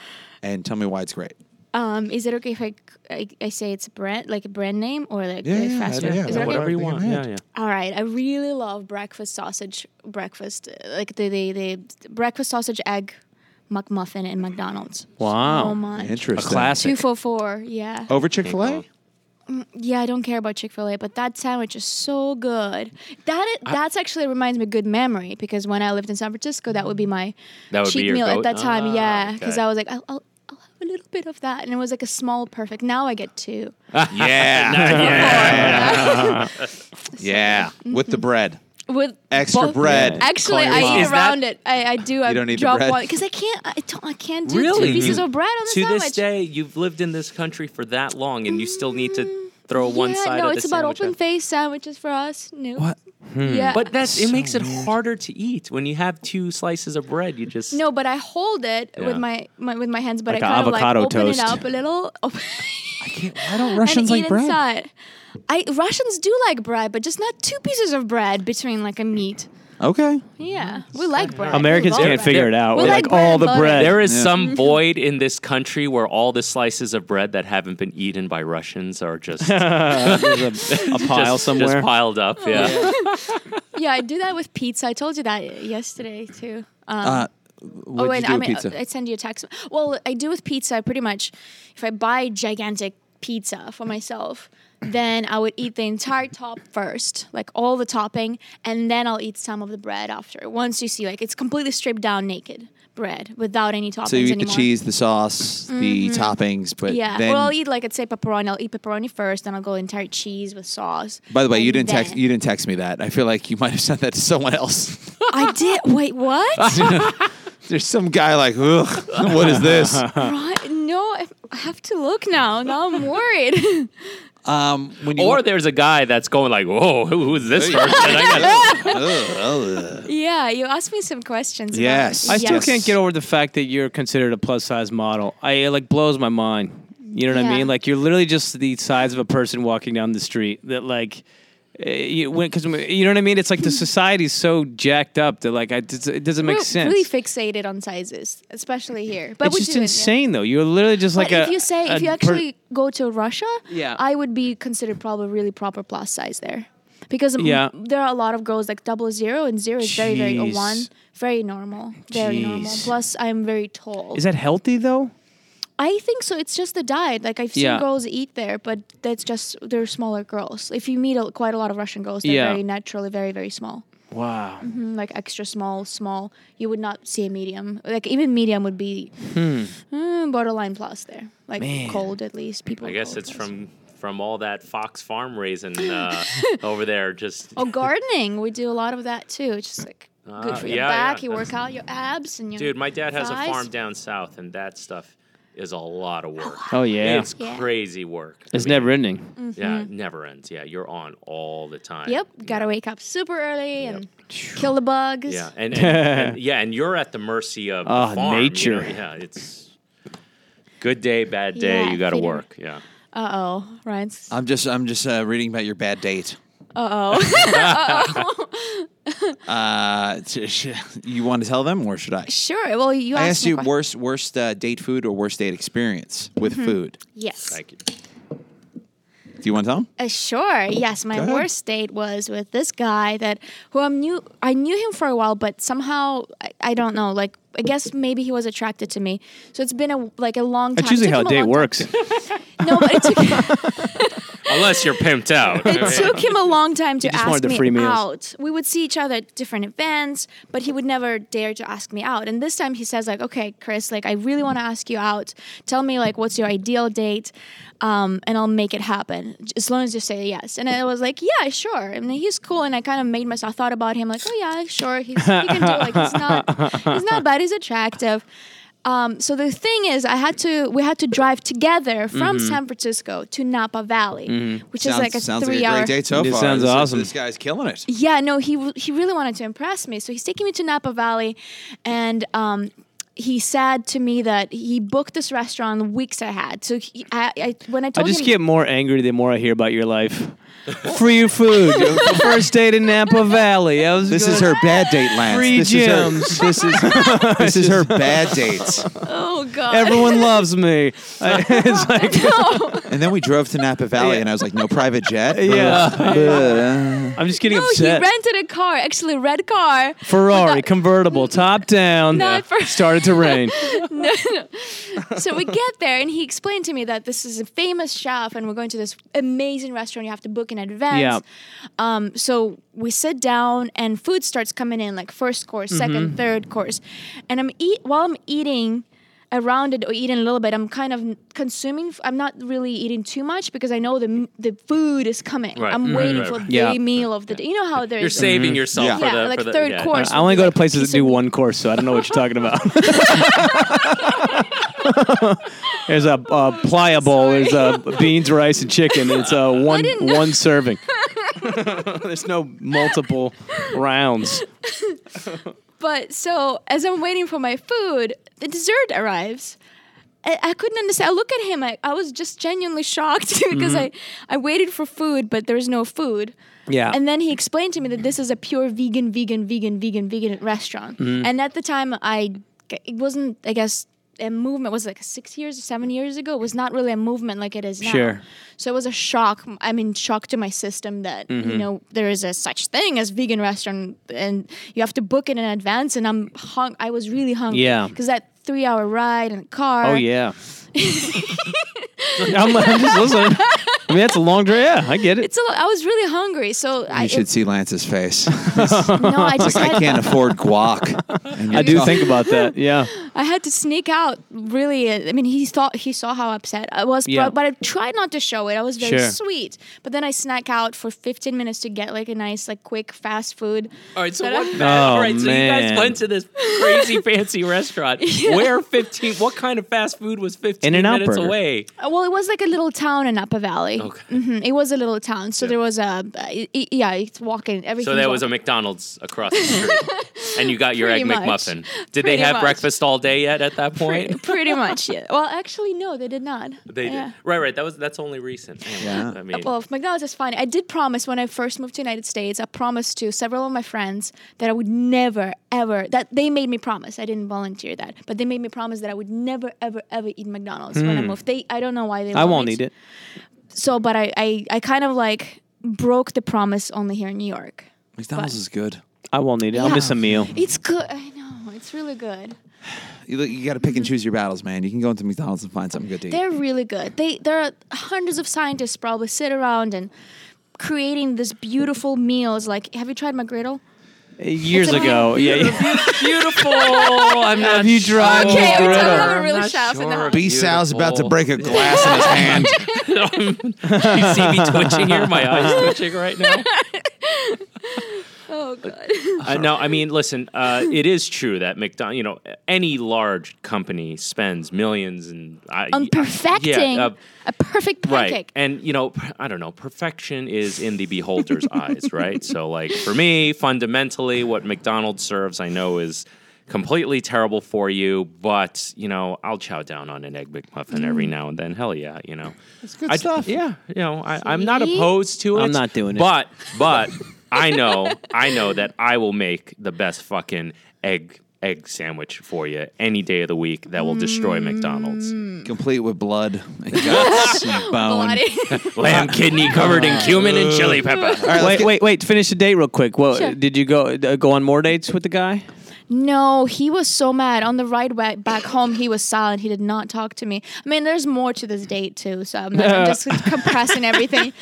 S1: and tell me why it's great.
S3: um, is it okay if I, I, I say it's a brand like a brand name or like
S1: Yeah,
S3: a
S1: yeah,
S3: fast
S1: yeah,
S3: food?
S1: yeah,
S3: Is
S1: yeah,
S3: it okay?
S4: Whatever you
S1: Everything
S4: want.
S1: in
S4: Yeah,
S1: it.
S4: yeah.
S3: All right, I really love breakfast sausage breakfast uh, like the the, the breakfast sausage egg McMuffin in McDonald's.
S2: Wow.
S3: So much.
S2: A
S1: Interesting.
S2: classic.
S3: Two for four, yeah.
S4: Oh.
S1: Over Chick Fil A.
S3: Yeah, I don't care about Chick Fil A, but that sandwich is so good. That i- that's actually reminds me of good memory because when I lived in San Francisco, that would be my
S4: That would be
S3: cheat
S4: your
S3: meal
S4: goat?
S3: at that time.
S4: Ah,
S3: yeah, because
S4: okay.
S3: I was like, I'll, I'll, I'll have a little bit of that, and it was like a small perfect. Now I get two.
S1: Yeah, yeah, with the bread,
S3: With
S1: extra
S3: Mm-hmm. both-
S1: bread.
S3: Actually,
S1: Call
S3: I
S1: your mom.
S3: eat
S4: Is that-
S3: around it. I, I do. I
S1: don't need the
S3: drop
S1: bread?
S3: one because I can't. I don't. I can't do
S4: Really?
S3: two pieces
S4: You-
S3: of bread on the
S4: to
S3: sandwich.
S4: this day, you've lived in this country for that long, and you still need to throw one
S3: Mm, yeah,
S4: side
S3: no,
S4: of the
S3: it's about
S4: sandwich
S3: open
S4: out.
S3: face sandwiches for us. No.
S1: What?
S3: Yeah.
S4: But that's it makes it harder to eat when you have two slices of bread. You just
S3: No, but I hold it with
S4: Yeah.
S3: my, my with my hands, but
S2: Like
S3: I
S2: a
S3: kind of like
S2: avocado
S3: open
S2: toast.
S3: it up a little open,
S1: I can't, why don't
S3: and
S1: Russians
S3: eat
S1: like bread?
S3: inside. I Russians do like bread, but just not two pieces of bread between like a meat.
S1: Okay,
S3: Yeah, we like bread.
S2: Americans
S3: We love
S2: can't
S3: bread.
S2: figure it out.
S3: We
S2: We're like,
S3: like
S2: all
S3: bread,
S2: the
S3: butter.
S2: bread.
S4: There is
S1: Yeah.
S4: some void in this country where all the slices of bread that haven't been eaten by Russians are just, just,
S2: There's a, a pile
S4: just
S2: somewhere.
S4: piled up.
S3: Oh,
S4: Yeah.
S3: Yeah, I do that with pizza. I told you that yesterday too. Um,
S1: uh, what would
S3: oh,
S1: you
S3: and
S1: do
S3: I
S1: with
S3: mean,
S1: pizza?
S3: I send you a text. Well, I do with pizza pretty much. If I buy gigantic pizza for myself, then I would eat the entire top first, like all the topping, and then I'll eat some of the bread after. Once you see, like, it's completely stripped down naked bread without any toppings
S1: so you eat
S3: anymore. Mm-hmm.
S1: the cheese, the sauce, the toppings, but
S3: Yeah.
S1: then
S3: well, I'll eat like I'd say pepperoni. I'll eat pepperoni first, then I'll go entire cheese with sauce.
S1: By the way, you
S3: and
S1: didn't text
S3: then-
S1: you didn't text me that. I feel like you might have sent that to someone else.
S3: I did. Wait, what?
S1: There's some guy like, ugh, what is this?
S3: Right? Uh, No, I I have to look now. Now I'm worried.
S1: Um, when you
S4: Or there's a guy that's going like, "Whoa, who, who is this person?" I gotta-
S3: yeah, you asked me some questions. about-
S1: Yes.
S2: I still
S1: Yes.
S2: can't get over the fact that you're considered a plus size model. I it, like blows my mind. You know what
S3: Yeah.
S2: I mean? Like you're literally just the size of a person walking down the street. That like, eh, you when because you know what I mean? It's like the society's so jacked up that like I, it doesn't make
S3: We're
S2: sense.
S3: really fixated on sizes, especially here. But
S2: it's
S3: we
S2: just
S3: do it, yeah.
S2: insane though. You're literally just
S3: But
S2: like a.
S3: if you say
S2: a
S3: if you
S2: per-
S3: actually go to Russia,
S2: Yeah.
S3: I would be considered probably really proper plus size there. Because m-
S2: Yeah.
S3: there are a lot of girls like double zero and zero is very very or
S2: Jeez.
S3: one very normal very normal.
S2: Jeez.
S3: Plus I'm very tall.
S2: is that healthy though?
S3: I think so. It's just the diet. Like I've seen
S2: Yeah.
S3: girls eat there, but that's just they're smaller girls. If you meet a, quite a lot of Russian girls, they're
S2: Yeah.
S3: very naturally very very small,
S2: Wow.
S3: Mm, like extra small, small. You would not see a medium. Like even medium would be
S1: Hmm.
S3: mm, borderline plus there. Like
S2: Man.
S3: cold at least. People.
S4: I guess
S3: cold
S4: it's
S3: plus.
S4: from from all that Fox Farm raising uh, over there. Just
S3: Oh, gardening. We do a lot of that too. It's just like
S4: Ah,
S3: good for your
S4: yeah, yeah,
S3: back. You
S4: that's-
S3: work out your abs and your
S4: dude, my dad has a
S3: thighs.
S4: farm down south, and that stuff is a lot of work.
S2: Oh yeah.
S4: It's
S2: It's,
S3: Yeah. Mm-hmm.
S4: crazy work. I mean,
S2: never ending.
S4: Yeah, it never ends. Yeah, you're on all the time.
S3: Yep, gotta wake up super early and kill the bugs.
S4: Yeah, and, and, and- yeah, and you're at the mercy of the
S2: Ah,
S4: farm, you know,
S2: nature.
S4: yeah, it's good day, bad day.
S3: Yeah,
S4: you got to
S3: feeding-
S4: work. Yeah.
S3: Uh oh, Ryan's.
S1: I'm just I'm just uh, reading about your bad date.
S3: Uh oh.
S1: Uh, t- sh- you want to tell them, or should I?
S3: Sure. Well, you asked,
S1: I asked
S3: me a
S1: you
S3: que- Mm-hmm.
S1: worst worst uh, date food or worst date experience with food.
S3: Yes.
S4: Thank you.
S1: Do you want to tell them?
S3: Uh, sure. Yes, my
S1: Go ahead.
S3: worst date was with this guy that who I knew I knew him for a while, but somehow I, I don't know. Like I guess maybe he was attracted to me. So it's been a like a long time.
S2: That's usually
S3: It took
S2: how a
S3: him
S2: date
S3: long
S2: works.
S3: time- No, but it took,
S4: Unless you're pimped out.
S3: it took him a long time to
S2: just wanted
S3: ask
S2: the
S3: me
S2: free meals.
S3: out. We would see each other at different events, but he would never dare to ask me out. And this time he says like, "Okay, Chris, like I really want to ask you out. Tell me like what's your ideal date, um, and I'll make it happen as long as you say yes." And I was like, "Yeah, sure." And he's cool, and I kind of made myself thought about him like, "Oh yeah, sure, he's, he can do it. like he's not he's not bad. He's attractive." Um, so the thing is, I had to we had to drive together from San Francisco to Napa Valley, which is
S1: sounds
S3: like a
S1: sounds
S3: three
S1: like a
S3: hour.
S1: great date so
S2: This
S1: far.
S2: sounds
S1: this, is-
S2: awesome.
S1: This guy's killing it.
S3: Yeah, no, he w- he really wanted to impress me, so he's taking me to Napa Valley, and um, he said to me that he booked this restaurant the weeks I had. So he, I, I when I
S2: I
S3: told
S2: just
S3: him,
S2: get more angry the more I hear about your life. Free food. First date in Napa Valley. I was
S1: This is
S2: going-
S1: her bad date, Lance.
S2: Free
S1: this
S2: gems.
S1: Is her, this is this is her bad dates.
S3: oh god,
S2: Everyone loves me. I- it's like,
S1: And then we drove to Napa Valley, and I was like, no private jet.
S2: yeah.
S1: Uh,
S2: I'm just getting
S3: no,
S2: upset.
S3: he rented a car, actually a red car.
S2: Ferrari convertible, top down.
S3: No, I for-
S2: Started to rain.
S3: so we get there, and he explained to me that this is a famous chef, and we're going to this amazing restaurant. You have to book in advance.
S2: Yeah.
S3: Um, so we sit down, and food starts coming in, like first course,
S4: Mm-hmm.
S3: 2nd third course, and I'm eat while I'm eating. Around it or eating a little bit, I'm kind of consuming. I'm not really eating too much because I know the m- the food is coming.
S4: Right,
S3: I'm
S4: right,
S3: waiting
S4: right,
S3: for
S4: right.
S3: the
S2: Yeah.
S3: meal of the day. You know how there's
S4: You're
S2: Mm-hmm.
S4: saving yourself
S1: Yeah.
S4: for
S3: Yeah,
S4: the
S3: like
S4: for the,
S3: third
S4: yeah.
S3: course.
S2: I only go to places
S3: Piece
S2: that do
S3: of-
S2: one course, so I don't know what you're talking about. there's a, a pliable, there's a beans, rice, and chicken. It's a one
S3: didn't know.
S2: one serving. there's no multiple rounds.
S3: But so as I'm waiting for my food, the dessert arrives. I, I couldn't understand. I look at him. I, I was just genuinely shocked because I, I waited for food, but there was no food.
S2: Mm-hmm. Yeah.
S3: And then he explained to me that this is a pure vegan, vegan, vegan, vegan, vegan restaurant.
S2: Mm-hmm.
S3: And at the time, I it wasn't. I guess a movement was like six years, seven years ago. It was not really a movement like it is now.
S2: Sure.
S3: So it was a shock. I mean, shock to my system that
S2: Mm-hmm.
S3: you know there is a such thing as vegan restaurant, and you have to book it in advance. And I'm hung. I was really hungry.
S2: Yeah.
S3: Because that three hour ride and car.
S2: Oh yeah. I'm, I'm just listening. I mean, that's a long drive. Yeah, I get it.
S3: It's a lot. I was really hungry, so I
S1: you should
S3: it-
S1: see Lance's face.
S3: no. I just
S1: I
S3: had,
S1: can't afford guac. And
S2: I
S1: you're
S2: do
S1: talking-
S2: think about that. Yeah.
S3: I had to sneak out. Really, uh, I mean, he thought he saw how upset I was,
S2: Yeah.
S3: but, but I tried not to show it. I was very
S2: Sure.
S3: sweet. But then I snuck out for 15 minutes to get like a nice, like, quick fast food.
S4: All right, so
S3: that
S4: what?
S3: I-
S4: all right, so you
S2: man.
S4: guys went to this crazy fancy restaurant. Where fifteen? What kind of fast food was fifteen
S2: In-N-Out
S4: minutes
S2: Burger.
S4: away?
S3: Uh, Well, it was like a little town in Upper Valley.
S4: Okay.
S3: hmm It was a little town. So
S4: Yeah.
S3: there was a, e- e- yeah, it's walking. Everything.
S4: So there was a McDonald's across the street, and you got your
S3: Pretty
S4: egg
S3: much.
S4: McMuffin. Did they
S3: Pretty
S4: have
S3: much.
S4: breakfast all day yet? At that point,
S3: Pretty, pretty much, yeah. Well, actually, no, they did not.
S4: they did.
S3: Yeah.
S4: Right, right. That was that's only recent. Yeah, I mean,
S3: Well, if McDonald's is fine. I did promise when I first moved to United States, I promised to several of my friends that I would never, ever, that they made me promise. I didn't volunteer that, but they made me promise that I would never, ever, ever eat McDonald's when I moved. They, I don't know why they
S2: Hmm. I
S3: want
S2: won't
S3: me
S2: need
S3: to-
S2: it.
S3: So, but I, I, I kind of like broke the promise only here in New York.
S1: McDonald's is good.
S2: I won't need it. I'll miss a meal.
S3: It's good. I know. It's really good.
S1: You, you got to pick and choose your battles, man. You can go into McDonald's and find something good to eat.
S3: They're really good. They there are hundreds of scientists probably sit around and creating this beautiful meals. Like, have you tried McGriddle?
S2: Years
S3: It's a-
S2: ago, yeah. yeah.
S4: beautiful. I'm not.
S2: Have you tried
S4: sure.
S2: Okay, we don't
S3: have a real
S4: I'm not
S3: chef in the
S4: sure
S3: house.
S1: B. Sal's about to
S4: beautiful.
S1: break a glass in his hand.
S4: you see me twitching here? My eyes twitching right now.
S3: Oh god.
S4: Uh, no, I mean, listen, uh, it is true that McDonald, you know, any large company spends millions and I,
S3: on perfecting
S4: yeah, uh,
S3: a perfect
S4: right,
S3: pancake.
S4: and you know, I don't know, perfection is in the beholder's eyes, right? So, like for me, fundamentally, what McDonald's serves, I know is completely terrible for you, but you know, I'll chow down on an egg McMuffin every now and then. Hell yeah, you know, it's
S1: good
S4: I,
S1: stuff.
S4: Yeah, you know, I, I'm not
S3: See?
S4: opposed to it.
S2: I'm not doing it.
S4: but, But but I know I know that I will make the best fucking egg egg sandwich for you any day of the week that will destroy McDonald's.
S1: Complete with blood and guts and bone.
S3: Bloody.
S4: Lamb kidney covered in cumin and chili pepper.
S1: All right, let's
S2: Wait,
S1: get-
S2: wait, wait! Finish the date real quick. Well,
S3: Sure.
S2: did you go uh, go on more dates with the guy?
S3: no, he was so mad. On the ride wa- back home, he was silent. He did not talk to me. I mean, there's more to this date too, so I'm, I'm just compressing everything.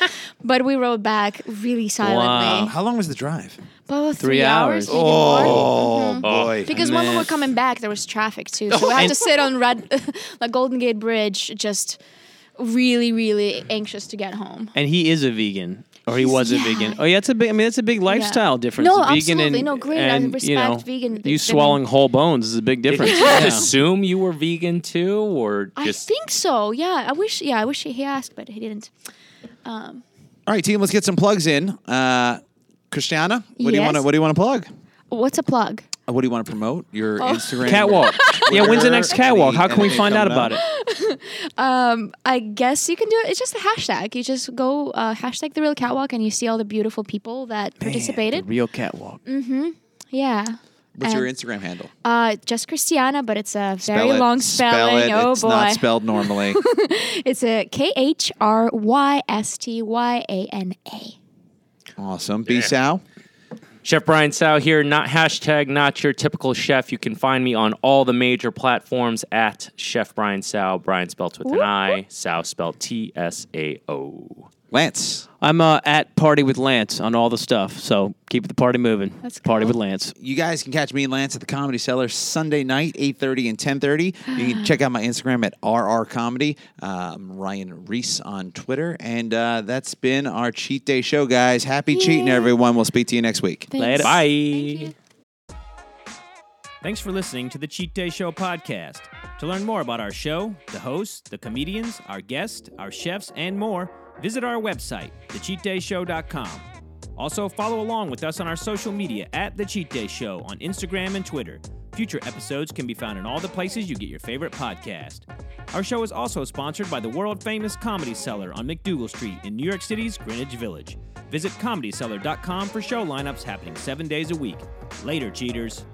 S3: But we rode back really silently.
S1: How long was the drive?
S3: But about
S2: Three
S3: three, hours.
S2: hours.
S3: maybe more.
S1: Oh, boy.
S3: Because when we were coming back, there was traffic too, so we
S4: Oh,
S3: had to sit on red, like Golden Gate Bridge, just really, really anxious to get home.
S2: And he is a vegan, or he was a
S3: yeah.
S2: vegan. Oh yeah, that's a big. I mean, that's a big lifestyle difference.
S3: No,
S2: vegan
S3: absolutely.
S2: And,
S3: No, great. I
S2: And, you
S3: respect
S2: know,
S3: vegan. I mean-
S2: You swallowing whole bones is a big difference.
S4: Did
S2: Yeah.
S4: you assume you were vegan too, or just
S3: I think so. Yeah, I wish. Yeah, I wish he asked, but he didn't.
S1: All right, team, let's get some plugs in. Uh, Christiana, what do you
S3: Yes?
S1: want to what do you want to plug?
S3: What's a plug?
S1: Uh, What do you want to promote? Your
S3: Oh.
S1: Instagram
S2: Catwalk. yeah, when's the next
S1: Twitter,
S2: catwalk?
S1: the
S2: How can we
S1: MMA
S2: find out
S1: coming up.
S2: about it?
S3: I guess you can do it. It's just a hashtag. You just go uh, hashtag the real catwalk, and you see all the beautiful people that participated.
S2: The real catwalk.
S3: yeah.
S1: What's your
S3: And,
S1: Instagram handle?
S3: uh, just Christiana, but it's a very
S1: Spell it.
S3: long
S1: Spell
S3: spelling.
S1: it.
S3: Oh
S1: it's
S3: boy,
S1: not spelled normally.
S3: it's a K H R Y S T Y A N A.
S1: awesome. B Sal.
S4: Chef Brian Sow here, not hashtag not your typical chef. You can find me on all the major platforms at Chef Brian Sow, Brian spelt with an I, Sow spelt T S A O.
S1: Lance.
S2: I'm uh, at party with Lance on all the stuff. So keep the party moving.
S3: That's
S2: party
S3: cool.
S2: with Lance.
S1: You guys can catch me and Lance at the Comedy Cellar Sunday night, 8.30 and 10.30. You can check out my Instagram at RR Comedy. Uh, I'm Ryan Reese on Twitter. And uh, that's been our Cheat Day show, guys. Happy cheating,
S3: Yeah.
S1: everyone. We'll speak to you next week.
S2: Later.
S4: Bye.
S3: Thank you.
S5: Thanks for listening to the Cheat Day Show podcast. To learn more about our show, the hosts, the comedians, our guests, our chefs, and more, visit our website, thecheatdayshow.com. Also, follow along with us on our social media at The Cheat Day Show on Instagram and Twitter. Future episodes can be found in all the places you get your favorite podcast. Our show is also sponsored by the world famous Comedy Cellar on McDougal Street in New York City's Greenwich Village. Visit comedycellar.com for show lineups happening seven days a week. Later, cheaters.